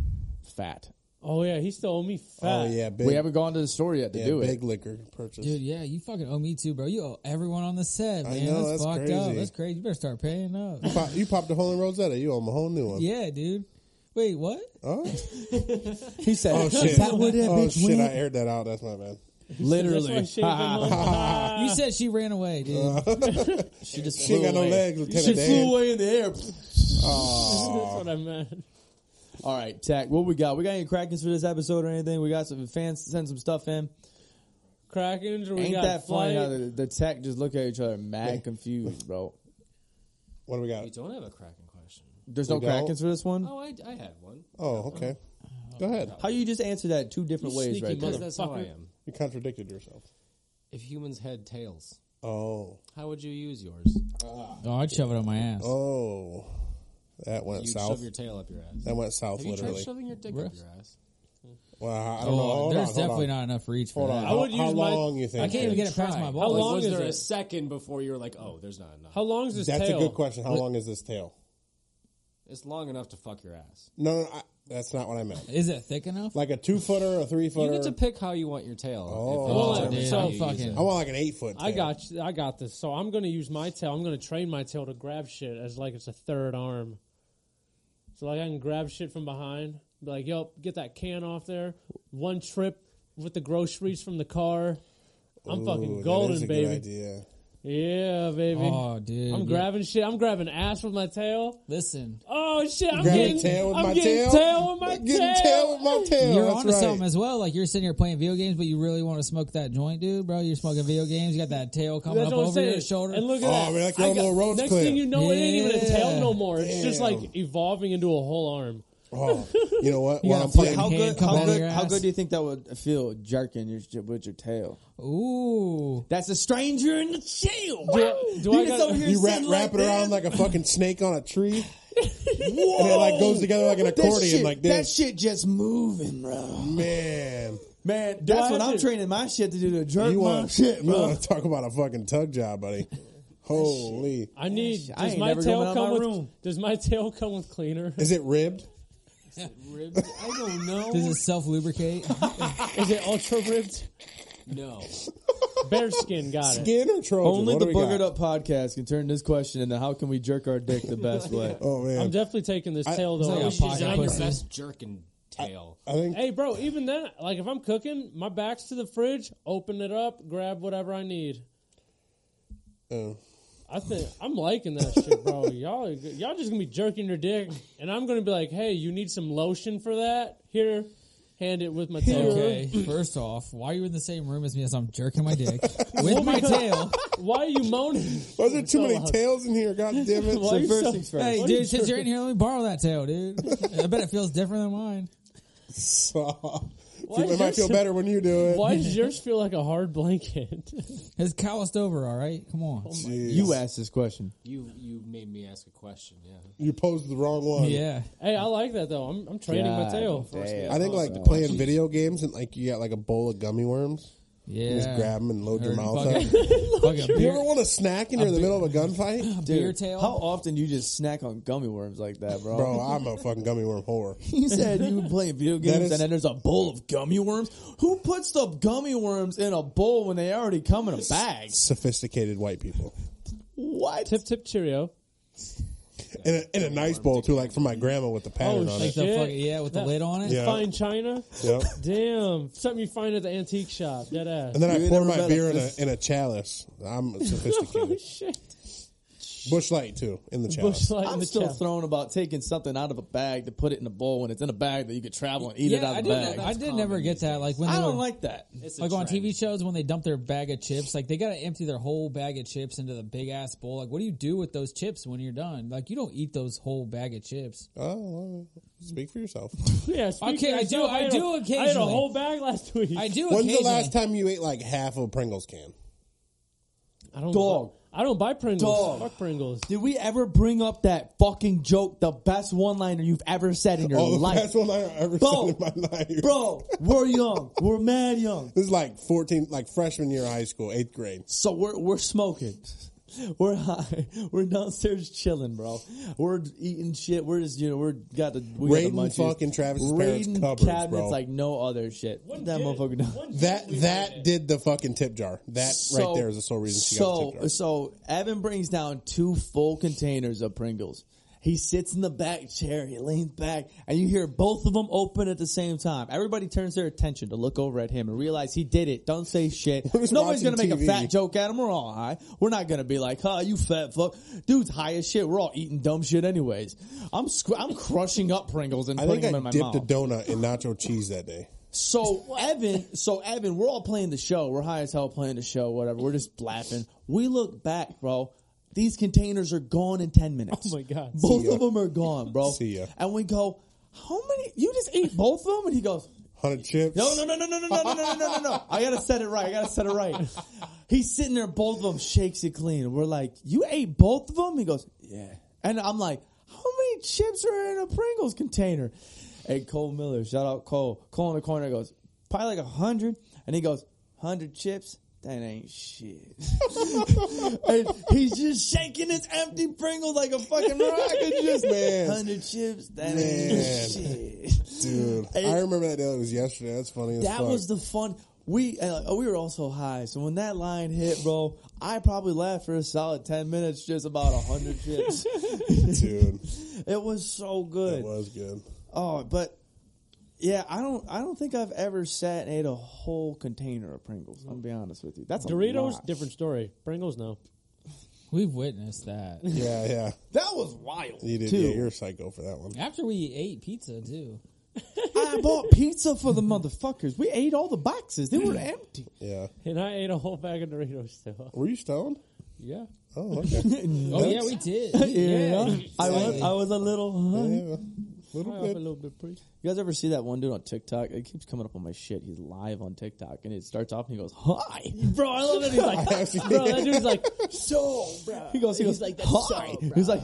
Speaker 1: fat.
Speaker 2: Oh yeah, he still owe me fat.
Speaker 4: Oh yeah, big,
Speaker 1: we haven't gone to the store yet to
Speaker 4: yeah,
Speaker 1: do
Speaker 4: big
Speaker 1: it.
Speaker 4: liquor purchase.
Speaker 3: Dude, yeah, you fucking owe me too, bro. You owe everyone on the set,
Speaker 4: I
Speaker 3: man.
Speaker 4: know,
Speaker 3: that's,
Speaker 4: that's
Speaker 3: fucked up.
Speaker 4: crazy.
Speaker 3: That's crazy. You better start paying up.
Speaker 4: Pop- you popped a hole in Rosetta. You owe him a whole new one.
Speaker 3: yeah, dude. Wait, what?
Speaker 4: Oh,
Speaker 1: He said,
Speaker 4: oh shit!
Speaker 1: that where that
Speaker 4: oh
Speaker 1: bitch
Speaker 4: shit!
Speaker 1: went?"
Speaker 4: I aired that out. That's my bad.
Speaker 1: Literally,
Speaker 2: That's why
Speaker 3: you said she ran away, dude.
Speaker 4: uh,
Speaker 1: she just
Speaker 4: She
Speaker 1: flew
Speaker 4: ain't got no
Speaker 1: away.
Speaker 4: legs,
Speaker 1: She
Speaker 4: Lieutenant Dan.
Speaker 1: flew away in the air.
Speaker 2: That's what I meant.
Speaker 1: All right, Tech. What we got? We got any crackings for this episode or anything? We got some fans send some stuff in.
Speaker 2: Krakens, or we
Speaker 1: Ain't
Speaker 2: got
Speaker 1: that funny?
Speaker 2: flight.
Speaker 1: How the, the tech just look at each other, mad confused, bro.
Speaker 4: What do we
Speaker 1: Uh,
Speaker 4: got?
Speaker 6: We don't have a cracking question.
Speaker 1: There's no
Speaker 4: We don't?
Speaker 1: Krakens for this one.
Speaker 6: Oh, I, I had one.
Speaker 4: Oh, okay. Go ahead.
Speaker 1: How you just answer that two different ways,
Speaker 2: sneaky
Speaker 1: right?
Speaker 6: Because
Speaker 1: There.
Speaker 2: mother-
Speaker 6: that's how I
Speaker 2: Motherfucker.
Speaker 6: am.
Speaker 4: You contradicted yourself.
Speaker 6: If humans had tails,
Speaker 4: Oh,
Speaker 6: how would you use yours?
Speaker 3: Oh, I'd shove it on my ass.
Speaker 4: oh, that went
Speaker 6: You'd
Speaker 4: south.
Speaker 6: shove your tail up your ass.
Speaker 4: that went south,
Speaker 6: Have you tried
Speaker 4: literally.
Speaker 6: shoving your dick up
Speaker 3: Riff?
Speaker 6: your ass?
Speaker 4: Well, I I don't
Speaker 3: Oh,
Speaker 4: know. Hold
Speaker 3: there's
Speaker 4: on,
Speaker 3: definitely
Speaker 4: hold on.
Speaker 3: not enough reach for
Speaker 4: Hold on.
Speaker 3: that.
Speaker 4: How,
Speaker 2: would
Speaker 4: how
Speaker 2: use my-
Speaker 4: long you think?
Speaker 3: I can't even get it past
Speaker 6: Try.
Speaker 3: my
Speaker 6: How
Speaker 3: balls.
Speaker 6: long
Speaker 2: was
Speaker 6: was there
Speaker 2: it?
Speaker 6: a second before you were like, oh, there's not enough?
Speaker 2: How long's his
Speaker 4: That's
Speaker 2: tail?
Speaker 4: a good question. How long is this tail?
Speaker 6: It's long enough to fuck your ass.
Speaker 4: No, no I, that's not what I meant.
Speaker 3: Is it thick enough?
Speaker 4: Like a two footer, a three
Speaker 6: You get
Speaker 4: footer.
Speaker 6: to pick how you want your tail.
Speaker 4: Oh.
Speaker 6: If it
Speaker 2: Well,
Speaker 6: determines
Speaker 2: dude,
Speaker 6: how
Speaker 2: I'm
Speaker 6: you use
Speaker 3: fucking-
Speaker 6: it.
Speaker 4: I want like an eight foot.
Speaker 2: I got you. I got this. So I'm going to use my tail. I'm going to train my tail to grab shit as like it's a third arm. So like I can grab shit from behind. Be like, yo, get that can off there. One trip with the groceries from the car. I'm fucking
Speaker 4: That is a
Speaker 2: golden,
Speaker 4: Good
Speaker 2: baby.
Speaker 4: idea.
Speaker 2: Yeah, baby.
Speaker 3: Oh, dude.
Speaker 2: I'm
Speaker 3: you-
Speaker 2: grabbing shit. I'm grabbing ass with my tail.
Speaker 3: Listen,
Speaker 2: Oh shit! I'm
Speaker 4: Grabbing
Speaker 2: getting
Speaker 4: tail with
Speaker 2: I'm
Speaker 4: my
Speaker 2: getting
Speaker 4: tail.
Speaker 2: tail with my
Speaker 4: Getting tail with my tail.
Speaker 3: you're
Speaker 4: that's
Speaker 3: onto
Speaker 4: right.
Speaker 3: something as well. Like you're sitting here playing video games, but you really want to smoke that joint, dude, bro. You're smoking video games. You got that tail coming
Speaker 2: That's
Speaker 3: up
Speaker 2: what I'm
Speaker 3: over
Speaker 2: saying.
Speaker 3: your shoulder.
Speaker 2: And look at
Speaker 4: Oh,
Speaker 2: that.
Speaker 4: I mean, like your
Speaker 2: I got-
Speaker 4: little road
Speaker 2: next
Speaker 4: clip.
Speaker 2: thing you know, it ain't even a tail
Speaker 3: Yeah.
Speaker 2: no more. It's just
Speaker 4: Damn.
Speaker 2: like evolving into a whole arm.
Speaker 4: Oh, you know what?
Speaker 3: You
Speaker 4: While
Speaker 3: gotta
Speaker 4: I'm
Speaker 3: fucking
Speaker 4: playing,
Speaker 1: How good?
Speaker 3: Hand coming out
Speaker 1: How
Speaker 3: of
Speaker 1: good?
Speaker 3: your
Speaker 1: How
Speaker 3: ass.
Speaker 1: good do you think that would feel jerking your with your tail?
Speaker 3: Ooh,
Speaker 1: That's a stranger in the jail.
Speaker 2: Do, do
Speaker 1: You
Speaker 2: I
Speaker 1: just
Speaker 2: got
Speaker 1: over here
Speaker 4: you wrap,
Speaker 1: sitting
Speaker 4: wrap it
Speaker 1: like
Speaker 4: around
Speaker 1: this?
Speaker 4: like a fucking snake on a tree, and it like goes together like an
Speaker 1: That
Speaker 4: accordion,
Speaker 1: shit,
Speaker 4: like
Speaker 1: that
Speaker 4: this.
Speaker 1: shit just moving, bro.
Speaker 4: Man,
Speaker 1: Man, that's
Speaker 2: I
Speaker 1: what
Speaker 2: have
Speaker 1: I'm
Speaker 2: to-
Speaker 1: training my shit to do to jerk
Speaker 4: you
Speaker 1: my
Speaker 4: want
Speaker 1: shit,
Speaker 4: You
Speaker 1: bro.
Speaker 4: want to talk about a fucking tug job, buddy? Holy.
Speaker 2: I need.
Speaker 9: I
Speaker 2: Does
Speaker 9: ain't
Speaker 2: my
Speaker 9: never going
Speaker 2: tail
Speaker 9: out
Speaker 2: come
Speaker 9: my
Speaker 2: with?
Speaker 9: room.
Speaker 2: Does my tail come with cleaner?
Speaker 4: Is it ribbed?
Speaker 6: Ribbed? I don't know.
Speaker 3: Does it self lubricate?
Speaker 2: Is it ultra ribbed?
Speaker 6: no.
Speaker 2: Bear skin got it.
Speaker 4: Skin or Trojan?
Speaker 1: Only
Speaker 4: What
Speaker 1: the
Speaker 4: do we
Speaker 1: boogered
Speaker 4: got?
Speaker 1: up podcast can turn this question into how can we jerk our dick the best way.
Speaker 4: Oh, man.
Speaker 2: I'm definitely taking this tail though.
Speaker 3: like a
Speaker 2: I
Speaker 6: She's
Speaker 2: should
Speaker 3: pocket
Speaker 6: not
Speaker 2: design
Speaker 6: your
Speaker 2: your-
Speaker 6: best jerking tail.
Speaker 4: I think
Speaker 2: Hey, bro. Even then, like if I'm cooking, my back's to the fridge. Open it up. Grab whatever I need.
Speaker 4: Oh.
Speaker 2: I think I'm liking that shit, bro. Y'all, are good. y'all just gonna be jerking your dick, and I'm gonna be like, "Hey, you need some lotion for that? Here, hand it with my tail."
Speaker 3: okay. First off, why are you in the same room as me as I'm jerking my dick with my
Speaker 2: because-
Speaker 3: tail?
Speaker 2: Why are you moaning?
Speaker 4: Why is there too
Speaker 2: So
Speaker 4: many
Speaker 2: loud.
Speaker 4: tails in here? God damn it.
Speaker 2: Why are you
Speaker 1: first
Speaker 2: so-
Speaker 1: things first.
Speaker 3: Hey,
Speaker 2: What are you
Speaker 3: dude, since you're in here, let me borrow that tail, dude. I bet it feels different than mine.
Speaker 4: So-
Speaker 2: Why
Speaker 4: People
Speaker 2: is
Speaker 4: might
Speaker 2: yours
Speaker 4: feel
Speaker 2: so-
Speaker 4: better when you do it.
Speaker 2: Why does yours feel like a hard blanket?
Speaker 3: It's calloused over, all right? Come on.
Speaker 4: Jeez.
Speaker 1: You asked this question.
Speaker 6: You you made me ask a question. Yeah.
Speaker 4: You posed the wrong
Speaker 2: Oh,
Speaker 4: one.
Speaker 3: yeah.
Speaker 2: hey, I like that though. I'm, I'm training
Speaker 1: God
Speaker 2: my tail.
Speaker 4: I think like
Speaker 1: So-
Speaker 4: playing video games and like you got like a bowl of gummy worms.
Speaker 3: Yeah.
Speaker 4: You just grab them and load your
Speaker 3: Or
Speaker 4: mouth up.
Speaker 3: fucking- fucking
Speaker 4: You
Speaker 3: beer,
Speaker 4: ever want a snack and you're in the middle of a gunfight?
Speaker 3: beer tail?
Speaker 1: How often you just snack on gummy worms like that, bro?
Speaker 4: Bro, I'm a fucking gummy worm whore.
Speaker 1: He said you were playing video games
Speaker 4: is-
Speaker 1: and then there's a bowl of gummy worms. Who puts the gummy worms in a bowl when they already come in a bag?
Speaker 4: Sophisticated white people.
Speaker 1: What?
Speaker 2: Tip tip cheerio.
Speaker 4: In a, in a nice bowl too, like from my grandma with the pattern
Speaker 2: Oh,
Speaker 4: on
Speaker 3: like
Speaker 4: it.
Speaker 3: the
Speaker 2: Shit.
Speaker 3: fucking, yeah, with the
Speaker 2: That-
Speaker 3: lid on it.
Speaker 4: Yeah.
Speaker 2: Fine china.
Speaker 4: Yep.
Speaker 2: Damn, something you find at the antique shop. Dead ass.
Speaker 4: And then
Speaker 1: You
Speaker 4: I
Speaker 1: ain't
Speaker 4: pour
Speaker 1: never
Speaker 4: my
Speaker 1: met
Speaker 4: beer
Speaker 1: a-
Speaker 4: in a in a chalice. I'm
Speaker 2: oh
Speaker 4: sophisticated.
Speaker 2: shit.
Speaker 4: Bush light too in the
Speaker 2: Bush
Speaker 4: chalice.
Speaker 2: light in
Speaker 1: I'm
Speaker 2: the
Speaker 1: still
Speaker 2: chest.
Speaker 1: thrown about taking something out of a bag to put it in a bowl when it's in a bag that you could travel and eat it
Speaker 3: Yeah,
Speaker 1: out
Speaker 3: I
Speaker 1: of the
Speaker 3: didn't,
Speaker 1: bag.
Speaker 3: I did never get that. Like when
Speaker 1: I
Speaker 3: they
Speaker 1: don't
Speaker 3: were-
Speaker 1: like that.
Speaker 6: It's a
Speaker 3: like on
Speaker 6: trend.
Speaker 3: TV shows when they dump their bag of chips, like they gotta empty their whole bag of chips into the big ass bowl. Like, what do you do with those chips when you're done? Like, you don't eat those whole bag of chips.
Speaker 4: Oh, well, speak for yourself.
Speaker 2: Yeah, speak
Speaker 3: Okay,
Speaker 2: for
Speaker 3: I do-
Speaker 2: yourself.
Speaker 3: I
Speaker 2: had
Speaker 3: do
Speaker 2: a- I had a
Speaker 3: occasionally.
Speaker 2: whole bag last week.
Speaker 3: I do.
Speaker 4: When's the
Speaker 3: occasionally.
Speaker 4: last time you ate like half of a Pringles can?
Speaker 2: I don't
Speaker 1: Dog.
Speaker 2: Buy, I don't buy Pringles.
Speaker 1: Dog.
Speaker 2: Fuck Pringles.
Speaker 1: Did we ever bring up that fucking joke, the best one liner you've ever said in your
Speaker 4: Oh,
Speaker 1: life?
Speaker 4: that's one I ever
Speaker 1: Bro.
Speaker 4: said in my life.
Speaker 1: Bro, we're young. We're mad young.
Speaker 4: This is like 14, like freshman year of high school, eighth grade.
Speaker 1: So we're we're smoking. We're high. We're downstairs chilling, bro. We're eating shit. We're just you know we're got the we
Speaker 4: Raiding
Speaker 1: got the munchies.
Speaker 4: fucking Travis's parents'
Speaker 1: Raiding
Speaker 4: cupboards,
Speaker 1: cabinets
Speaker 4: bro.
Speaker 1: like no other shit.
Speaker 2: One
Speaker 1: that
Speaker 2: did.
Speaker 1: motherfucker done.
Speaker 2: One did
Speaker 4: That
Speaker 2: we
Speaker 4: that
Speaker 2: did.
Speaker 4: did the fucking tip jar. That right there is the sole reason she got the
Speaker 1: so
Speaker 4: tip jar.
Speaker 1: so Evan brings down two full containers of Pringles. He sits in the back chair. He leans back, and you hear both of them open at the same time. Everybody turns their attention to look over at him and realize he did it. Don't say shit.
Speaker 4: We're just
Speaker 1: Nobody's
Speaker 4: watching
Speaker 1: gonna make a
Speaker 4: TV.
Speaker 1: fat joke at him. We're all high. We're not gonna be like, "Huh, you fat fuck." Dude's high as shit. We're all eating dumb shit anyways. I'm squ- I'm crushing up Pringles and
Speaker 4: I
Speaker 1: putting
Speaker 4: think
Speaker 1: them
Speaker 4: I
Speaker 1: in my
Speaker 4: dipped
Speaker 1: mouth.
Speaker 4: a donut in nacho cheese that day.
Speaker 1: So Evan, so Evan, we're all playing the show. We're high as hell playing the show. Whatever. We're just laughing. We look back, bro. These containers are gone in ten minutes.
Speaker 2: Oh my God.
Speaker 1: Both
Speaker 4: See ya.
Speaker 1: of them are gone, bro.
Speaker 4: See ya.
Speaker 1: And we go, how many? You just ate both of them? And he goes,
Speaker 4: Hundred chips.
Speaker 1: no, no, no, no, no, no, no, no, no, no, no, no. I gotta set it right. I gotta set it right. He's sitting there, both of them shakes it clean. We're like, you ate both of them? He goes, yeah. And I'm like, how many chips are in a Pringles container? Hey, Cole Miller, shout out Cole. Cole in the corner goes, probably like a hundred. And he goes, hundred chips? That ain't shit. and he's just shaking his empty Pringles like a fucking rock.
Speaker 4: Yes, man.
Speaker 1: Hundred chips? That
Speaker 4: Man.
Speaker 1: ain't shit.
Speaker 4: Dude, I remember that day. It was yesterday. That's funny as
Speaker 1: That
Speaker 4: fuck.
Speaker 1: was the fun. We uh, we were also high, so when that line hit, bro, I probably laughed for a solid ten minutes, just about a hundred chips.
Speaker 4: dude.
Speaker 1: It was so good.
Speaker 4: It was good.
Speaker 1: Oh, but yeah, I don't I don't think I've ever sat and ate a whole container of Pringles. I'm gonna be honest with you. That's a
Speaker 2: Doritos,
Speaker 1: lot.
Speaker 2: different story. Pringles, no.
Speaker 3: We've witnessed that.
Speaker 4: Yeah, yeah.
Speaker 1: That was wild.
Speaker 4: You did.
Speaker 1: too.
Speaker 4: Yeah, you're a psycho for that one.
Speaker 3: After we ate pizza too.
Speaker 1: I bought pizza for the motherfuckers. We ate all the boxes. They were empty.
Speaker 4: Yeah.
Speaker 2: And I ate a whole bag of Doritos too.
Speaker 4: Were you stoned?
Speaker 2: Yeah.
Speaker 4: Oh, okay.
Speaker 3: Oh yeah, we did.
Speaker 1: Yeah, I was I was a little. high.
Speaker 4: Yeah. Little
Speaker 2: Fry up a
Speaker 4: bit.
Speaker 2: little bit, please.
Speaker 1: You guys ever see that one dude on TikTok? It keeps coming up on my shit. He's live on TikTok, and it starts off and he goes, "Hi."
Speaker 2: Bro, I love that he's like, bro, that dude's like, so, bro.
Speaker 1: He goes, he goes,
Speaker 2: He's like, that's
Speaker 1: hi.
Speaker 2: so,
Speaker 1: he's like,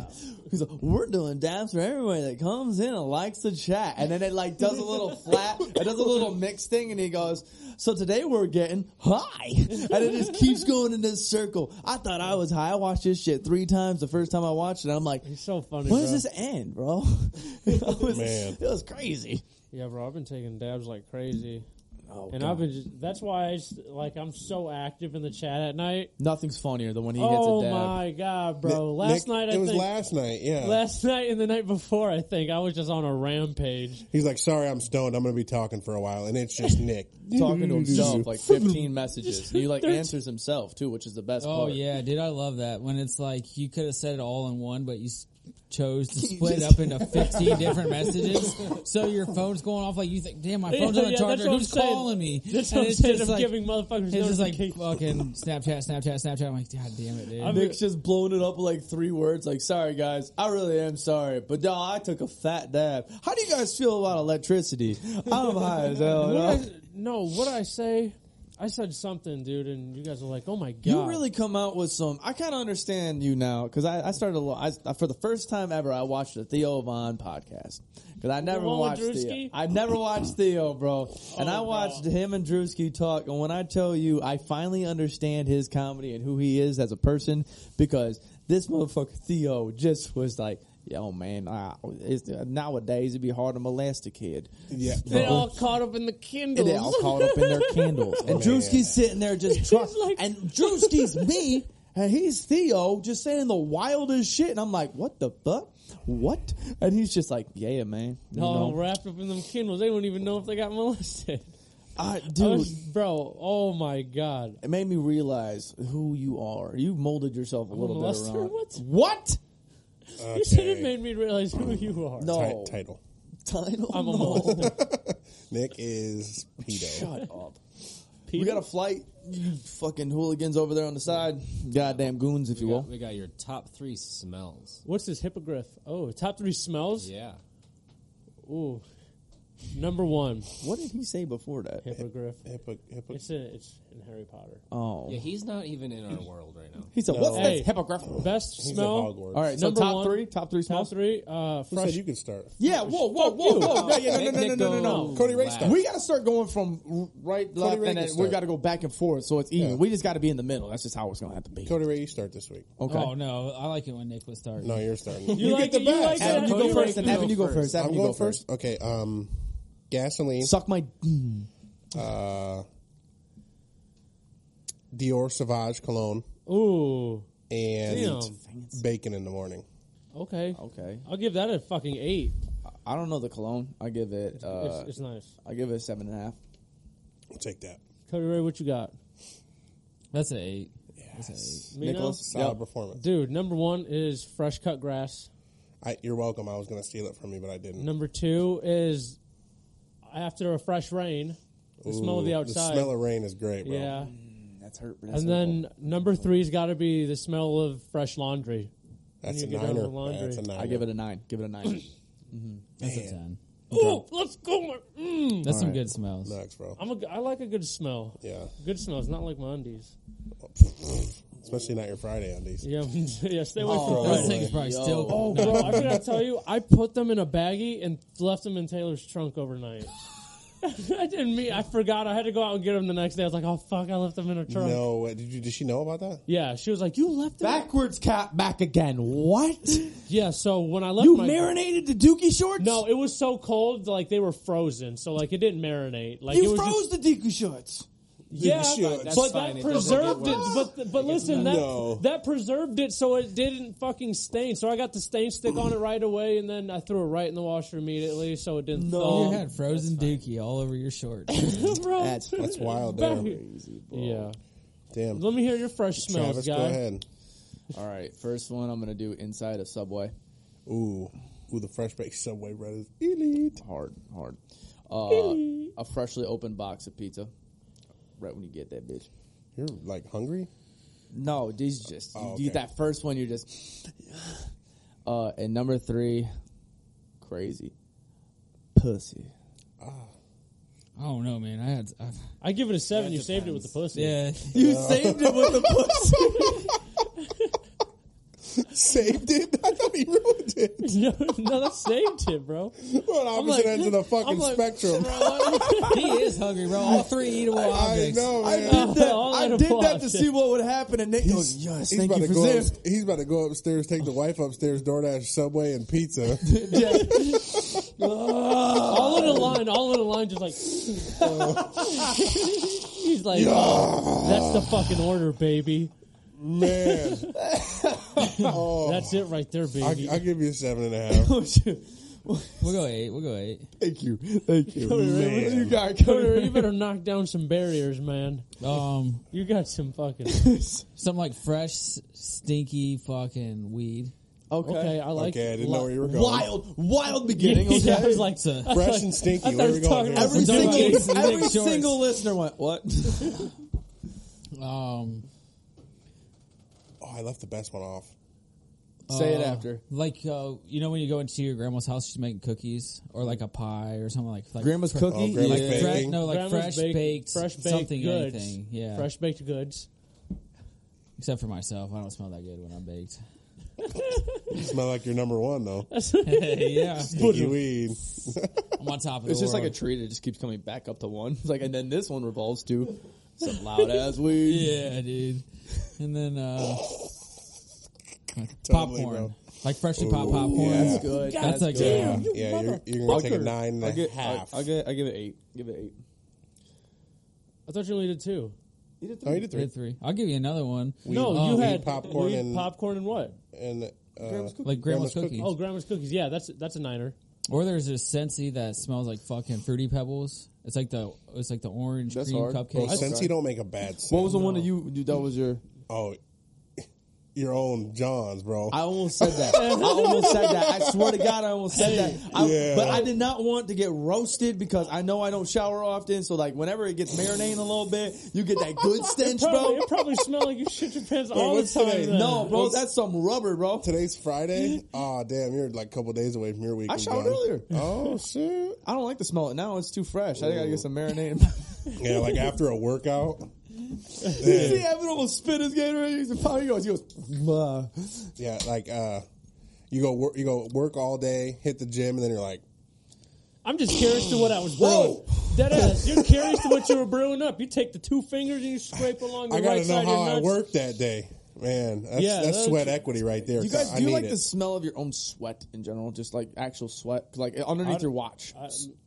Speaker 1: he's like, we're doing dance for everybody that comes in and likes the chat. And then it like does a little flat, it does a little mix thing, and he goes, so today we're getting high. And it just keeps going in this circle. I thought I was high. I watched this shit three times the first time I watched it. I'm like,
Speaker 2: He's so funny,
Speaker 1: when
Speaker 2: bro.
Speaker 1: does this end, bro? it, was,
Speaker 4: Man.
Speaker 1: it was crazy.
Speaker 2: Yeah, bro, I've been taking dabs like crazy.
Speaker 1: Oh,
Speaker 2: and I've been just, that's why I just, like, I'm so active in the chat at night.
Speaker 1: Nothing's funnier than when he
Speaker 2: oh
Speaker 1: gets a dab.
Speaker 2: my god, bro.
Speaker 4: Nick-
Speaker 2: last night, I
Speaker 4: it was
Speaker 2: think,
Speaker 4: last night. Yeah,
Speaker 2: last night and the night before, I think, I was just on a rampage.
Speaker 4: he's like, "Sorry, I'm stoned. I'm going to be talking for a while," and it's just Nick.
Speaker 1: Talking to himself, like 15 messages. He like answers himself too, which is the best
Speaker 3: Oh
Speaker 1: part.
Speaker 3: yeah, dude, I love that. When it's like you could have said it all in one, but you s- chose to split it up into fifteen different messages. So your phone's going off like you think, damn, my phone's
Speaker 2: Yeah,
Speaker 3: on the
Speaker 2: that's
Speaker 3: charger.
Speaker 2: what I'm
Speaker 3: Who's
Speaker 2: saying.
Speaker 3: calling me?
Speaker 2: That's
Speaker 3: And
Speaker 2: what I'm
Speaker 3: it's
Speaker 2: saying.
Speaker 3: just
Speaker 2: I'm
Speaker 3: like-
Speaker 2: giving motherfuckers
Speaker 3: It's just like
Speaker 2: notifications.
Speaker 3: fucking Snapchat, Snapchat, Snapchat. I'm like, god damn it, dude.
Speaker 2: I'm-
Speaker 1: Nick's just blowing it up with like three words, like "Sorry guys, I really am sorry, but no, I took a fat dab." How do you guys feel about electricity? I'm high as hell. you
Speaker 2: What
Speaker 1: know?
Speaker 2: I, no, what I say, I said something, dude, and you guys are like, "Oh my god!"
Speaker 1: You really come out with some. I kind of understand you now because I, I started a little. I, I- for the first time ever, I watched the Theo Vaughn podcast because I never
Speaker 2: one with
Speaker 1: watched Theo.
Speaker 2: Drewski? Oh,
Speaker 1: I never watched Theo, bro. And I watched him and Drewski talk. And when I tell you, I finally understand his comedy and who he is as a person because this motherfucker Theo just was like. Yo man, ah, it's, nowadays it'd be hard to molest a kid.
Speaker 4: Yeah,
Speaker 2: they all caught up in the Kindles.
Speaker 1: And they all caught up in their candles. And Drewski's sitting there just trying.
Speaker 2: like-
Speaker 1: and Drewski's me, and he's Theo, just saying the wildest shit. And I'm like, what the fuck? What? And he's just like, yeah, man. You
Speaker 2: all
Speaker 1: know,
Speaker 2: wrapped up in them Kindles. They don't even know if they got molested.
Speaker 1: I,
Speaker 2: I
Speaker 1: dude,
Speaker 2: was- bro, oh my god!
Speaker 1: it made me realize who you are. You molded yourself a little bit
Speaker 2: molester?
Speaker 1: around.
Speaker 2: What?
Speaker 1: What?
Speaker 4: okay.
Speaker 2: You said it made me realize who you are.
Speaker 1: No.
Speaker 4: Ti- title.
Speaker 1: Title?
Speaker 2: I'm a
Speaker 1: No.
Speaker 2: molester.
Speaker 4: Nick is pedo.
Speaker 1: Shut up. We got a flight. You fucking hooligans over there on the side. Goddamn goons, if you
Speaker 6: We got,
Speaker 1: will.
Speaker 6: we got your top three smells.
Speaker 2: What's this hippogriff? Oh, top three smells.
Speaker 6: Yeah.
Speaker 2: Ooh, number one
Speaker 1: What did he say before that?
Speaker 2: hippogriff.
Speaker 4: Hippo, hippo,
Speaker 2: It's in, it's in Harry Potter.
Speaker 1: Oh.
Speaker 6: Yeah, he's not even in our world right now.
Speaker 1: He said, what's
Speaker 4: No.
Speaker 1: that?
Speaker 2: Hey.
Speaker 1: Hippogriff.
Speaker 2: Best
Speaker 4: he's
Speaker 2: smell.
Speaker 4: at Hogwarts.
Speaker 1: All right, so
Speaker 2: Number
Speaker 1: top
Speaker 2: one.
Speaker 1: three, top three
Speaker 2: Top
Speaker 1: smells.
Speaker 2: three. Uh,
Speaker 4: Who said
Speaker 2: fresh.
Speaker 4: you could start?
Speaker 1: Yeah, whoa, whoa, whoa, whoa! No, yeah, no, no, no, no, no, no,
Speaker 6: Nick
Speaker 1: no.
Speaker 4: Cody Ray
Speaker 6: Wow.
Speaker 4: starts.
Speaker 1: We got to start going from r- right, left,
Speaker 4: Ray
Speaker 1: and
Speaker 4: can
Speaker 1: then we
Speaker 4: start.
Speaker 1: got to go back and forth, so it's even.
Speaker 4: Yeah.
Speaker 1: We just got to be in the middle. That's just how it's going to have to be.
Speaker 4: Cody Ray, you start this week.
Speaker 1: Okay.
Speaker 3: Oh no, I like it when Nick was starting.
Speaker 4: No, you're starting. You,
Speaker 2: like
Speaker 4: get
Speaker 2: it,
Speaker 4: the
Speaker 2: you
Speaker 4: best.
Speaker 2: like it.
Speaker 1: Evan, you go
Speaker 2: Cody
Speaker 1: first,
Speaker 2: Ray
Speaker 1: and
Speaker 2: can
Speaker 1: Evan,
Speaker 2: go
Speaker 1: you go
Speaker 6: first.
Speaker 1: first.
Speaker 4: I'm
Speaker 1: Evan, you
Speaker 4: going
Speaker 1: go
Speaker 4: first.
Speaker 1: first.
Speaker 4: Okay. Um, gasoline.
Speaker 1: Suck my. d-
Speaker 4: Uh, Dior Sauvage cologne
Speaker 2: Ooh.
Speaker 4: and
Speaker 2: Damn.
Speaker 4: bacon in the morning.
Speaker 2: Okay.
Speaker 1: Okay,
Speaker 2: I'll give that a fucking eight.
Speaker 1: I don't know the cologne. I give it. Uh,
Speaker 2: it's, it's nice.
Speaker 1: I give it a seven and a half.
Speaker 4: I'll take that.
Speaker 2: Cody Ray, what you got?
Speaker 3: That's an eight. That's an eight.
Speaker 2: Me
Speaker 1: Nicholas?
Speaker 4: Solid
Speaker 1: Yep.
Speaker 2: now?
Speaker 4: performance.
Speaker 2: Dude, number one is fresh cut grass.
Speaker 4: I, you're welcome. I was going to steal it from you, but I didn't.
Speaker 2: Number two is after a fresh rain, the smell of the
Speaker 4: Ooh,
Speaker 2: outside.
Speaker 4: smell of rain is great, bro.
Speaker 2: yeah.
Speaker 1: That's hurt. but that's
Speaker 2: And then number three's got to be the smell of fresh laundry.
Speaker 4: That's a
Speaker 2: When you get out of
Speaker 4: niner.
Speaker 2: the laundry.
Speaker 4: That's a
Speaker 1: helpful.
Speaker 4: niner.
Speaker 1: I give it a nine. Give it a nine.
Speaker 3: That's a ten.
Speaker 2: Ooh, let's go. Mm.
Speaker 3: That's some
Speaker 1: right.
Speaker 3: good smells.
Speaker 4: Nugs, bro.
Speaker 2: I'm a, g- I like a good smell.
Speaker 4: Yeah.
Speaker 2: Good smells, not like my undies.
Speaker 4: Especially not your Friday undies.
Speaker 2: Yeah, yeah stay away
Speaker 1: Oh,
Speaker 2: from
Speaker 3: Those
Speaker 2: that.
Speaker 1: right.
Speaker 3: things probably
Speaker 1: Yo.
Speaker 3: still.
Speaker 2: Oh, bro, I gotta tell you, I put them in a baggie and left them in Taylor's trunk overnight. I didn't mean. I forgot. I had to go out and get them the next day. I was like, "Oh fuck, I left them in her trunk."
Speaker 4: No, what- did you? Did she know about that?
Speaker 2: Yeah, she was like, "You left them."
Speaker 1: Backwards cap, back again. What?
Speaker 2: Yeah, so when I left,
Speaker 1: You
Speaker 2: my-
Speaker 1: marinated the Dookie shorts?
Speaker 2: No, it was so cold, like they were frozen. So like it didn't marinate. Like it
Speaker 1: you
Speaker 2: was
Speaker 1: froze
Speaker 2: Just,
Speaker 1: the Dookie shorts.
Speaker 2: yeah,
Speaker 4: Dookie
Speaker 2: but-
Speaker 4: shorts.
Speaker 2: but,
Speaker 6: That's fine,
Speaker 2: that
Speaker 6: it doesn't get
Speaker 2: preserved it.
Speaker 6: worse.
Speaker 2: But but listen, that
Speaker 4: No.
Speaker 2: that preserved it, so it didn't fucking stain. So I got the stain stick on it right away, and then I threw it right in the washer immediately, so it didn't. thaw.
Speaker 3: You had frozen dookie all over your shorts.
Speaker 2: Bro.
Speaker 1: That's
Speaker 4: That's wild.
Speaker 2: Back
Speaker 4: There.
Speaker 2: here. Yeah.
Speaker 4: Damn.
Speaker 2: Let me hear your fresh smells,
Speaker 4: Travis,
Speaker 2: guy.
Speaker 4: go ahead.
Speaker 1: All right, first one I'm gonna do inside of Subway.
Speaker 4: Ooh, ooh, the fresh baked Subway bread is elite.
Speaker 1: Hard, hard. Uh, a freshly opened box of pizza, right when you get that bitch.
Speaker 4: You're like hungry.
Speaker 1: No, these just you,
Speaker 4: Oh,
Speaker 1: you get
Speaker 4: okay.
Speaker 1: that first one. You're just. Uh, and number three, crazy
Speaker 7: pussy.
Speaker 3: I don't know, man. I had. I,
Speaker 2: I give it a seven. you saved it with the pussy.
Speaker 3: yeah.
Speaker 7: You saved it with the pussy.
Speaker 4: Saved it. I thought he ruined it.
Speaker 2: no, no, that saved it, bro.
Speaker 4: We're on
Speaker 2: I'm like-
Speaker 4: opposite ends of the fucking
Speaker 2: I'm like,
Speaker 4: spectrum.
Speaker 3: he is hungry, bro. All three eatable
Speaker 4: I
Speaker 3: objects.
Speaker 4: know,
Speaker 7: I
Speaker 4: man.
Speaker 7: did that.
Speaker 2: All
Speaker 7: I
Speaker 2: that
Speaker 7: did that
Speaker 2: applause.
Speaker 7: to see what would happen, and Nick goes, "Yes,
Speaker 4: He's
Speaker 7: thank
Speaker 4: about,
Speaker 7: you
Speaker 4: to
Speaker 7: for
Speaker 4: go
Speaker 7: this."
Speaker 4: up, he's about to go upstairs, take the wife upstairs, DoorDash, Subway, and pizza.
Speaker 2: all in a line, all in a line, just like. He's like, that's the fucking order, baby.
Speaker 4: Man,
Speaker 2: That's it right there,
Speaker 4: I,
Speaker 2: baby.
Speaker 4: I'll give you a seven and a half.
Speaker 3: We'll go eight. We'll go eight.
Speaker 7: Thank you, thank you.
Speaker 4: Man.
Speaker 7: What do you got,
Speaker 2: Cody, you
Speaker 7: Cody?
Speaker 2: better knock down some barriers, man.
Speaker 3: Um,
Speaker 2: You got some fucking.
Speaker 3: some like fresh, s- stinky fucking weed.
Speaker 2: Okay, I like.
Speaker 4: okay, I didn't
Speaker 2: li-
Speaker 4: know where you were going.
Speaker 7: Wild, wild
Speaker 2: Yeah,
Speaker 7: beginning. Okay?
Speaker 2: I was like,
Speaker 3: It's a-
Speaker 4: Fresh and
Speaker 2: I
Speaker 4: stinky.
Speaker 2: thought he was
Speaker 4: Where are we going?
Speaker 2: talking
Speaker 4: Here?
Speaker 7: every
Speaker 3: We're done. Nick's-
Speaker 7: single, every
Speaker 3: Nick's shorts.
Speaker 7: single listener went, "What?"
Speaker 3: um,
Speaker 4: Oh, I left the best one off.
Speaker 7: Say it
Speaker 3: uh,
Speaker 7: after.
Speaker 3: Like uh, you know when you go into your grandma's house, she's making cookies or like a pie or something like, like
Speaker 7: Grandma's
Speaker 3: fre-
Speaker 7: cookie.
Speaker 4: Oh, grandma's
Speaker 7: yeah.
Speaker 3: Like
Speaker 4: baking.
Speaker 3: fresh, no, like
Speaker 2: Grandma's
Speaker 3: fresh
Speaker 2: baked-
Speaker 3: baked,
Speaker 2: fresh baked
Speaker 3: something or
Speaker 2: goods.
Speaker 3: anything. Yeah,
Speaker 2: Fresh baked goods.
Speaker 3: except for myself, I don't smell that good when I'm baked.
Speaker 4: You smell like your number one though.
Speaker 3: yeah,
Speaker 4: Stinky weed.
Speaker 3: I'm on top of the
Speaker 1: It's just like a
Speaker 3: world.
Speaker 1: tree that just keeps coming back up to one. It's like, and then this one revolves to some loud ass weed.
Speaker 3: yeah, dude. And then uh,
Speaker 4: Totally,
Speaker 3: popcorn,
Speaker 4: bro.
Speaker 3: like freshly popped
Speaker 4: Ooh,
Speaker 3: popcorn.
Speaker 4: yeah.
Speaker 1: That's good.
Speaker 3: That's like
Speaker 4: Yeah,
Speaker 3: yeah.
Speaker 4: yeah you're, you're gonna take a nine and
Speaker 1: I'll
Speaker 4: a
Speaker 1: get, I'll,
Speaker 4: half.
Speaker 1: I'll get, I'll give it eight. Give it eight.
Speaker 2: I thought you only did two.
Speaker 4: No, you did
Speaker 3: Three,
Speaker 4: three.
Speaker 3: three. I'll give you another one.
Speaker 2: no,
Speaker 3: um,
Speaker 2: you
Speaker 3: weed,
Speaker 2: had
Speaker 4: popcorn,
Speaker 2: weed,
Speaker 4: and-
Speaker 2: popcorn and what?
Speaker 4: And uh,
Speaker 3: like grandma's, cookies.
Speaker 2: Oh, grandma's cookies. Yeah, that's that's a niner.
Speaker 3: Or there's a Scentsy that smells like fucking fruity pebbles. It's like the it's like the orange
Speaker 1: That's
Speaker 3: cream
Speaker 1: hard.
Speaker 3: cupcake.
Speaker 4: bro, since you don't make a bad
Speaker 1: What
Speaker 4: scent,
Speaker 1: was the one that you, you- that was your?
Speaker 4: oh, your own Johns, bro.
Speaker 7: I almost said that. I almost said that. I swear to God, I almost said that. I,
Speaker 4: Yeah.
Speaker 7: But I did not want to get roasted because I know I don't shower often. So like, whenever it gets marinating a little bit, you get that good stench,
Speaker 2: Probably,
Speaker 7: bro.
Speaker 2: it probably smelled like you shit your pants all the
Speaker 4: what's
Speaker 2: time.
Speaker 4: today?
Speaker 2: then.
Speaker 7: No, bro, that's some rubber, bro.
Speaker 4: Today's Friday. Oh, damn, you're like a couple days away from your weekend.
Speaker 7: I showered
Speaker 4: John.
Speaker 7: earlier.
Speaker 4: Oh shit.
Speaker 7: I don't like to smell it now. It's too fresh. I gotta get some marinating.
Speaker 4: Yeah, like after a workout.
Speaker 7: See, Evan almost spit his Gatorade. He's probably he goes. He goes. "Blah."
Speaker 4: Yeah, like uh, you go work, you go work all day, hit the gym, and then you're like,
Speaker 2: I'm just curious to what I was brewing. Dead ass. You're curious to what you were brewing up. You take the two fingers and you scrape along the
Speaker 4: I gotta
Speaker 2: right
Speaker 4: know
Speaker 2: side
Speaker 4: how
Speaker 2: of your
Speaker 4: I
Speaker 2: nuts.
Speaker 4: worked that day, man. That's,
Speaker 2: Yeah,
Speaker 4: that's
Speaker 2: that's-
Speaker 4: sweat equity right there.
Speaker 1: Do you guys,
Speaker 4: I
Speaker 1: do you
Speaker 4: need
Speaker 1: like
Speaker 4: it.
Speaker 1: the smell of your own sweat in general? Just like actual sweat, 'Cause, like underneath your watch.
Speaker 2: I,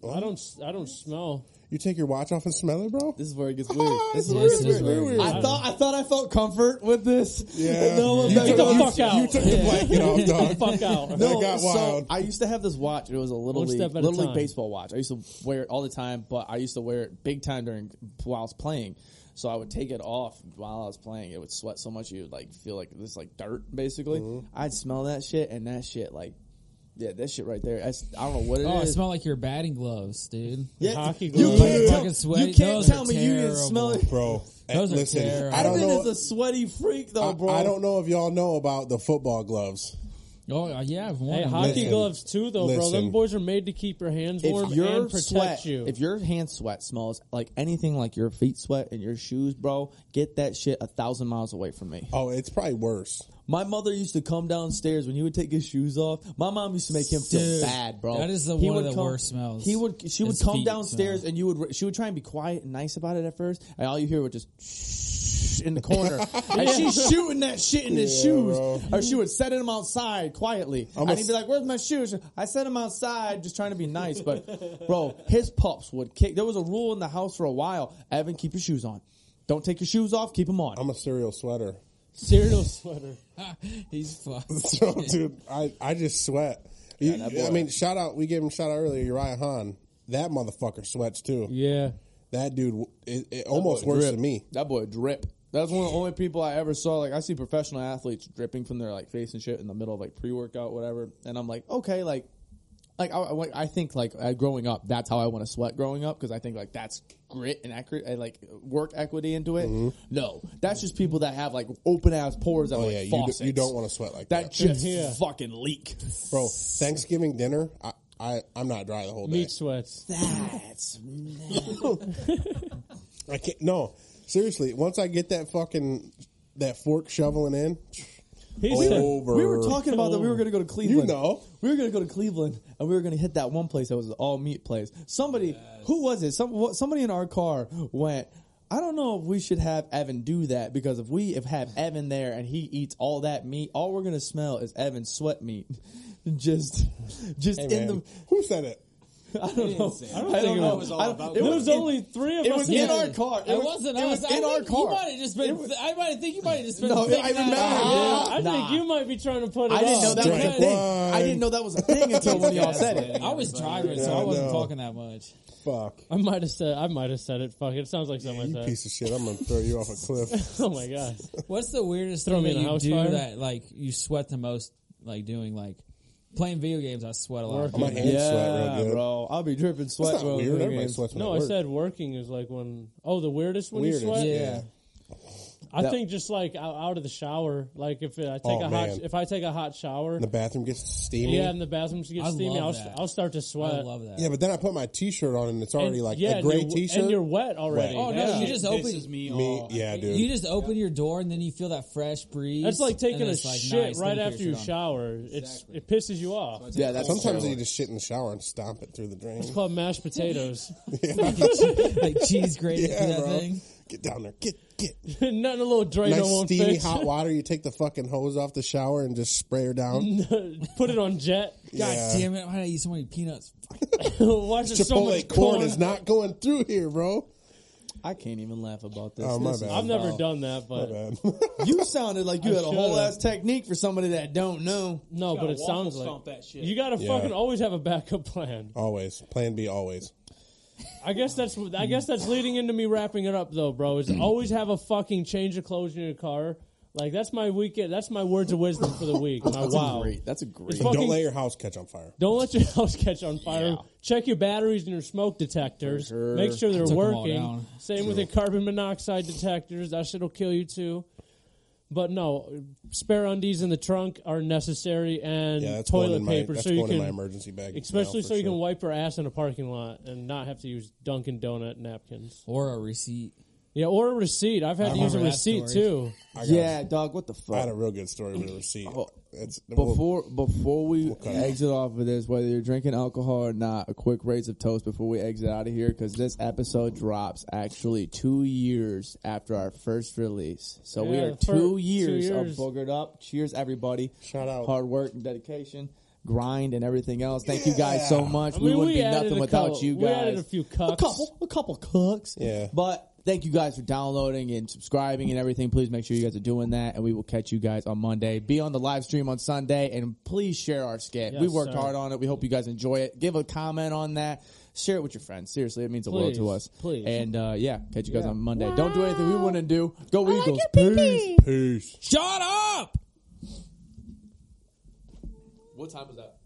Speaker 2: I don't. I don't smell.
Speaker 4: You take your watch off and smell it, bro.
Speaker 1: this is where it gets weird. This is where
Speaker 3: This
Speaker 1: it
Speaker 3: is
Speaker 1: gets
Speaker 3: where it
Speaker 1: weird.
Speaker 3: gets
Speaker 1: I thought I thought I felt comfort with this.
Speaker 4: Yeah.
Speaker 7: No,
Speaker 4: you
Speaker 7: no,
Speaker 4: took,
Speaker 2: the
Speaker 4: you-
Speaker 2: fuck out.
Speaker 4: You took the blanket off, dog.
Speaker 2: Fuck out.
Speaker 4: That got
Speaker 1: so
Speaker 4: wild.
Speaker 1: I used to have this watch. It was a little
Speaker 2: One
Speaker 1: league,
Speaker 2: step at a
Speaker 1: little league
Speaker 2: time.
Speaker 1: baseball watch. I used to wear it all the time, but I used to wear it big time during while I was playing. So I would take it off while I was playing. It would sweat so much you would like feel like this like dirt basically.
Speaker 4: Mm-hmm.
Speaker 1: I'd smell that shit and that shit like yeah that shit right there. That's, I don't know what it is.
Speaker 3: Oh, it smelled like your batting gloves, dude.
Speaker 7: Yeah,
Speaker 2: Hockey
Speaker 7: you
Speaker 2: gloves.
Speaker 7: can't
Speaker 3: Like
Speaker 7: tell,
Speaker 3: fucking sweaty-
Speaker 7: you can't
Speaker 3: those
Speaker 7: tell
Speaker 3: are
Speaker 7: me you didn't smell it.
Speaker 4: bro.
Speaker 3: Those are
Speaker 4: listen,
Speaker 3: terrible.
Speaker 4: I don't
Speaker 7: Evan
Speaker 4: know.
Speaker 7: is a sweaty freak though,
Speaker 4: I-
Speaker 7: bro.
Speaker 4: I don't know if y'all know about the football gloves.
Speaker 3: Oh uh, yeah, I've worn
Speaker 2: Hey,
Speaker 3: them.
Speaker 2: hockey
Speaker 4: Listen.
Speaker 2: gloves too, though, bro.
Speaker 4: Listen.
Speaker 2: Them boys are made to keep your hands warm
Speaker 1: if your
Speaker 2: and protect
Speaker 1: sweat,
Speaker 2: you.
Speaker 1: if your hand sweat smells like anything like your feet sweat and your shoes, bro, get that shit a thousand miles away from me.
Speaker 4: Oh, it's probably worse.
Speaker 7: My mother used to come downstairs when he would take his shoes off. My mom used to make him feel
Speaker 3: Dude,
Speaker 7: bad, bro.
Speaker 3: that is the-
Speaker 7: He
Speaker 3: one of
Speaker 7: would
Speaker 3: the worst smells.
Speaker 7: He would she would
Speaker 3: His
Speaker 7: come
Speaker 3: feet
Speaker 7: downstairs
Speaker 3: smell.
Speaker 7: and you would she would try and be quiet and nice about it at first, and all you hear would just shh in the corner, and she's shooting that shit in his
Speaker 4: Yeah,
Speaker 7: shoes,
Speaker 4: bro.
Speaker 7: or she would set him outside quietly,
Speaker 4: I'm a
Speaker 7: and he'd be
Speaker 4: s-
Speaker 7: like, "Where's my shoes?" I set him outside, just trying to be nice, but bro, his pups would kick. There was a rule in the house for a while: Evan, keep your shoes on. Don't take your shoes off. Keep them on.
Speaker 4: I'm a cereal sweater.
Speaker 2: Cereal sweater.
Speaker 3: He's fucked.
Speaker 4: So, dude, I, I just sweat. You-
Speaker 1: that boy.
Speaker 4: I mean, shout out. We gave him shout out earlier. Uriah Hahn. That motherfucker sweats too.
Speaker 2: Yeah.
Speaker 4: That dude, w- it, it almost worse
Speaker 7: drip.
Speaker 4: than me.
Speaker 7: That boy drip. That's one of the only people I ever saw. Like I see professional athletes dripping from their like face and shit in the middle of like pre workout, whatever. And I'm like, okay, like, like I, I went- I think like I, growing up, that's how I want to sweat growing up because I think like that's grit and accurate, and, like work equity into it. No, that's just people that have like open ass pores that
Speaker 4: Mm-hmm. Oh
Speaker 7: like
Speaker 4: yeah, you,
Speaker 7: faucets.
Speaker 4: do, you don't want to sweat like
Speaker 7: that
Speaker 4: that,
Speaker 7: just
Speaker 2: Yeah.
Speaker 7: fucking leak.
Speaker 4: bro. Thanksgiving dinner, I, I I'm not dry the whole day.
Speaker 2: Meat sweats.
Speaker 1: That's
Speaker 4: I can't. No, seriously. Once I get that fucking that fork shoveling in,
Speaker 2: He
Speaker 1: Oh.
Speaker 2: said,
Speaker 4: over.
Speaker 1: we were talking about that we were going to go to Cleveland.
Speaker 4: You know.
Speaker 1: we were going to go to Cleveland and we were going to hit that one place that was an all meat place. Somebody, who was it? Some what- somebody in our car went. I don't know if we should have Evan do that because if we if have Evan there and he eats all that meat, all we're going to smell is Evan's sweat meat. Just, just
Speaker 4: Hey,
Speaker 1: in
Speaker 4: man, who said it?
Speaker 1: the.
Speaker 6: I
Speaker 1: don't know.
Speaker 6: It was all
Speaker 1: I don't-
Speaker 6: about
Speaker 1: it
Speaker 2: there
Speaker 1: was
Speaker 2: was
Speaker 1: in-
Speaker 2: only three of
Speaker 1: It
Speaker 2: us.
Speaker 1: was
Speaker 2: in
Speaker 1: in
Speaker 2: there.
Speaker 1: our car.
Speaker 3: It wasn't
Speaker 1: It
Speaker 3: us.
Speaker 1: was in
Speaker 3: I
Speaker 1: our
Speaker 3: think You
Speaker 1: car.
Speaker 3: might have just been. I might think you might have just been.
Speaker 1: No,
Speaker 3: thinking
Speaker 1: I remember.
Speaker 3: that. Ah,
Speaker 2: Yeah, I
Speaker 1: Nah.
Speaker 2: think you might be trying to put it
Speaker 1: I didn't
Speaker 2: up.
Speaker 1: know that was a
Speaker 4: Drink
Speaker 1: thing.
Speaker 4: wine.
Speaker 1: I didn't know that was a thing until one of y'all said it.
Speaker 3: I was driving, so
Speaker 4: Yeah,
Speaker 3: I
Speaker 4: I
Speaker 3: wasn't
Speaker 4: know.
Speaker 3: talking that much.
Speaker 4: Fuck.
Speaker 2: I might have said. I might have said it. Fuck it. It sounds like something
Speaker 4: You
Speaker 2: I said.
Speaker 4: piece of shit. I'm gonna throw you off a cliff.
Speaker 2: Oh my god.
Speaker 3: What's the weirdest
Speaker 2: Throw
Speaker 3: thing
Speaker 2: me
Speaker 3: that
Speaker 2: in a
Speaker 3: you
Speaker 2: house
Speaker 3: do
Speaker 2: fire?
Speaker 3: that like you sweat the most? Like doing like playing video games, I sweat a lot.
Speaker 4: My hands sweat real good.
Speaker 1: bro. I'll be dripping sweat.
Speaker 4: That's not
Speaker 1: bro,
Speaker 4: weird.
Speaker 1: during
Speaker 4: Everybody
Speaker 1: games.
Speaker 4: sweats when
Speaker 2: No,
Speaker 4: they
Speaker 2: I
Speaker 4: work.
Speaker 2: said working is like when. Oh, the weirdest when
Speaker 4: Weirdest,
Speaker 2: you sweat.
Speaker 3: Yeah.
Speaker 2: I
Speaker 1: That-
Speaker 2: think just like out, out of the shower. Like if I take
Speaker 4: Oh,
Speaker 2: a hot,
Speaker 4: man.
Speaker 2: if I take a hot shower,
Speaker 4: The bathroom gets steamy.
Speaker 2: yeah, and the bathroom gets
Speaker 3: I
Speaker 2: steamy,
Speaker 3: love
Speaker 2: I'll,
Speaker 3: that.
Speaker 2: I'll start to sweat.
Speaker 3: I love that.
Speaker 4: Yeah, but then I put my T-shirt on and it's already
Speaker 2: And-
Speaker 4: like
Speaker 2: yeah,
Speaker 4: a
Speaker 2: and
Speaker 4: gray
Speaker 2: you're-
Speaker 4: T-shirt.
Speaker 2: and you're wet already.
Speaker 4: Wet.
Speaker 3: Oh, no,
Speaker 2: Yeah.
Speaker 3: you just open.
Speaker 8: Pisses me,
Speaker 4: Me-
Speaker 8: off.
Speaker 4: yeah, dude.
Speaker 3: You just open your door and then you feel that fresh breeze.
Speaker 2: That's like taking
Speaker 3: and
Speaker 2: a
Speaker 3: it's like,
Speaker 2: shit
Speaker 3: nice, let
Speaker 2: right
Speaker 3: me put
Speaker 2: after
Speaker 3: your
Speaker 2: you
Speaker 3: shirt on.
Speaker 2: shower. It's it pisses you off.
Speaker 6: But
Speaker 1: Yeah, that's
Speaker 4: Sometimes
Speaker 1: terrible.
Speaker 4: you just shit in the shower and stomp it through the drain.
Speaker 2: It's called mashed potatoes.
Speaker 3: like cheese grated through
Speaker 4: Yeah,
Speaker 3: that
Speaker 4: bro.
Speaker 3: thing.
Speaker 4: Get down there. Get get.
Speaker 2: Nothing a little Drano
Speaker 4: nice
Speaker 2: won't
Speaker 4: steamy
Speaker 2: fix.
Speaker 4: hot water. You take the fucking hose off the shower and just spray her
Speaker 2: Mm,
Speaker 4: down.
Speaker 2: Put it on jet.
Speaker 3: God
Speaker 4: Yeah.
Speaker 3: damn it! Why did I eat so many peanuts?
Speaker 2: Watch it so
Speaker 4: Chipotle
Speaker 2: much
Speaker 4: corn
Speaker 2: corn.
Speaker 4: is not going through here, bro.
Speaker 1: I can't even laugh about this.
Speaker 4: Oh my
Speaker 1: This is-
Speaker 4: bad.
Speaker 2: I've never done that, but
Speaker 1: You sounded like you
Speaker 2: I
Speaker 1: had a whole
Speaker 2: should've.
Speaker 1: ass technique for somebody that don't know.
Speaker 2: no, but
Speaker 8: gotta
Speaker 2: it
Speaker 8: waffle
Speaker 2: sounds like
Speaker 8: stomp that shit.
Speaker 2: you got to
Speaker 4: Yeah.
Speaker 2: fucking always have a backup plan.
Speaker 4: always plan B. Always.
Speaker 2: I guess that's I guess that's leading into me wrapping it up though, bro. Is always have a fucking change of clothes in your car. Like that's my weekend. That's my words of wisdom for the week. My wow.
Speaker 1: That's a great.
Speaker 2: It's fucking-
Speaker 4: Don't let your house catch on fire.
Speaker 2: Don't let your house catch on fire. Check your batteries and your smoke detectors.
Speaker 1: sure.
Speaker 2: Make sure they're
Speaker 3: Took 'em all
Speaker 2: working.
Speaker 3: down.
Speaker 2: Same with your carbon monoxide detectors. That shit'll kill you too. But no, spare undies in the trunk are necessary, and
Speaker 4: Yeah, that's going
Speaker 2: toilet
Speaker 4: in my,
Speaker 2: paper
Speaker 4: that's
Speaker 2: so you
Speaker 4: going in my
Speaker 2: can,
Speaker 4: emergency bag. now,
Speaker 2: especially
Speaker 4: for
Speaker 2: so you
Speaker 4: sure.
Speaker 2: can wipe your ass in a parking lot and not have to use Dunkin' Donut napkins.
Speaker 3: Or a receipt.
Speaker 2: Yeah, or a receipt. I've had to use a
Speaker 3: remember that
Speaker 2: receipt
Speaker 3: story.
Speaker 2: too.
Speaker 4: I got-
Speaker 1: Yeah, dog. What the
Speaker 4: I had
Speaker 1: fuck?
Speaker 4: a real good story with a receipt. It's, well,
Speaker 1: Before before we
Speaker 4: cut it.
Speaker 1: exit off of this, whether you're drinking alcohol or not, a quick raise of toast before we exit out of here because this episode drops actually two years after our first release. So we
Speaker 2: Yeah,
Speaker 1: are
Speaker 2: the fir-
Speaker 1: two
Speaker 2: two
Speaker 1: years, of
Speaker 2: years.
Speaker 1: boogered up. Cheers, everybody!
Speaker 4: Shout out.
Speaker 1: hard work and dedication, grind and everything else. Thank you guys so much.
Speaker 2: I
Speaker 1: we
Speaker 2: mean,
Speaker 1: wouldn't
Speaker 2: we
Speaker 1: be
Speaker 2: added
Speaker 1: nothing
Speaker 2: a
Speaker 1: without
Speaker 2: couple-
Speaker 1: you guys.
Speaker 2: we added a few cucks.
Speaker 1: A couple, a couple cucks.
Speaker 4: Yeah.
Speaker 1: But thank you guys for downloading and subscribing and everything. Please make sure you guys are doing that, and we will catch you guys on Monday. Be on the live stream on Sunday, and please share our skit. we
Speaker 2: Yes,
Speaker 1: worked
Speaker 2: sir.
Speaker 1: hard on it. We hope you guys enjoy it. Give a comment on that. Share it with your friends. Seriously, it means a world to
Speaker 2: Please,
Speaker 1: us.
Speaker 2: please.
Speaker 1: And uh, yeah, catch you guys on Monday. Don't do anything we wouldn't do. Go Eagles. Peace.
Speaker 4: peace.
Speaker 3: Shut up.
Speaker 1: What time was that?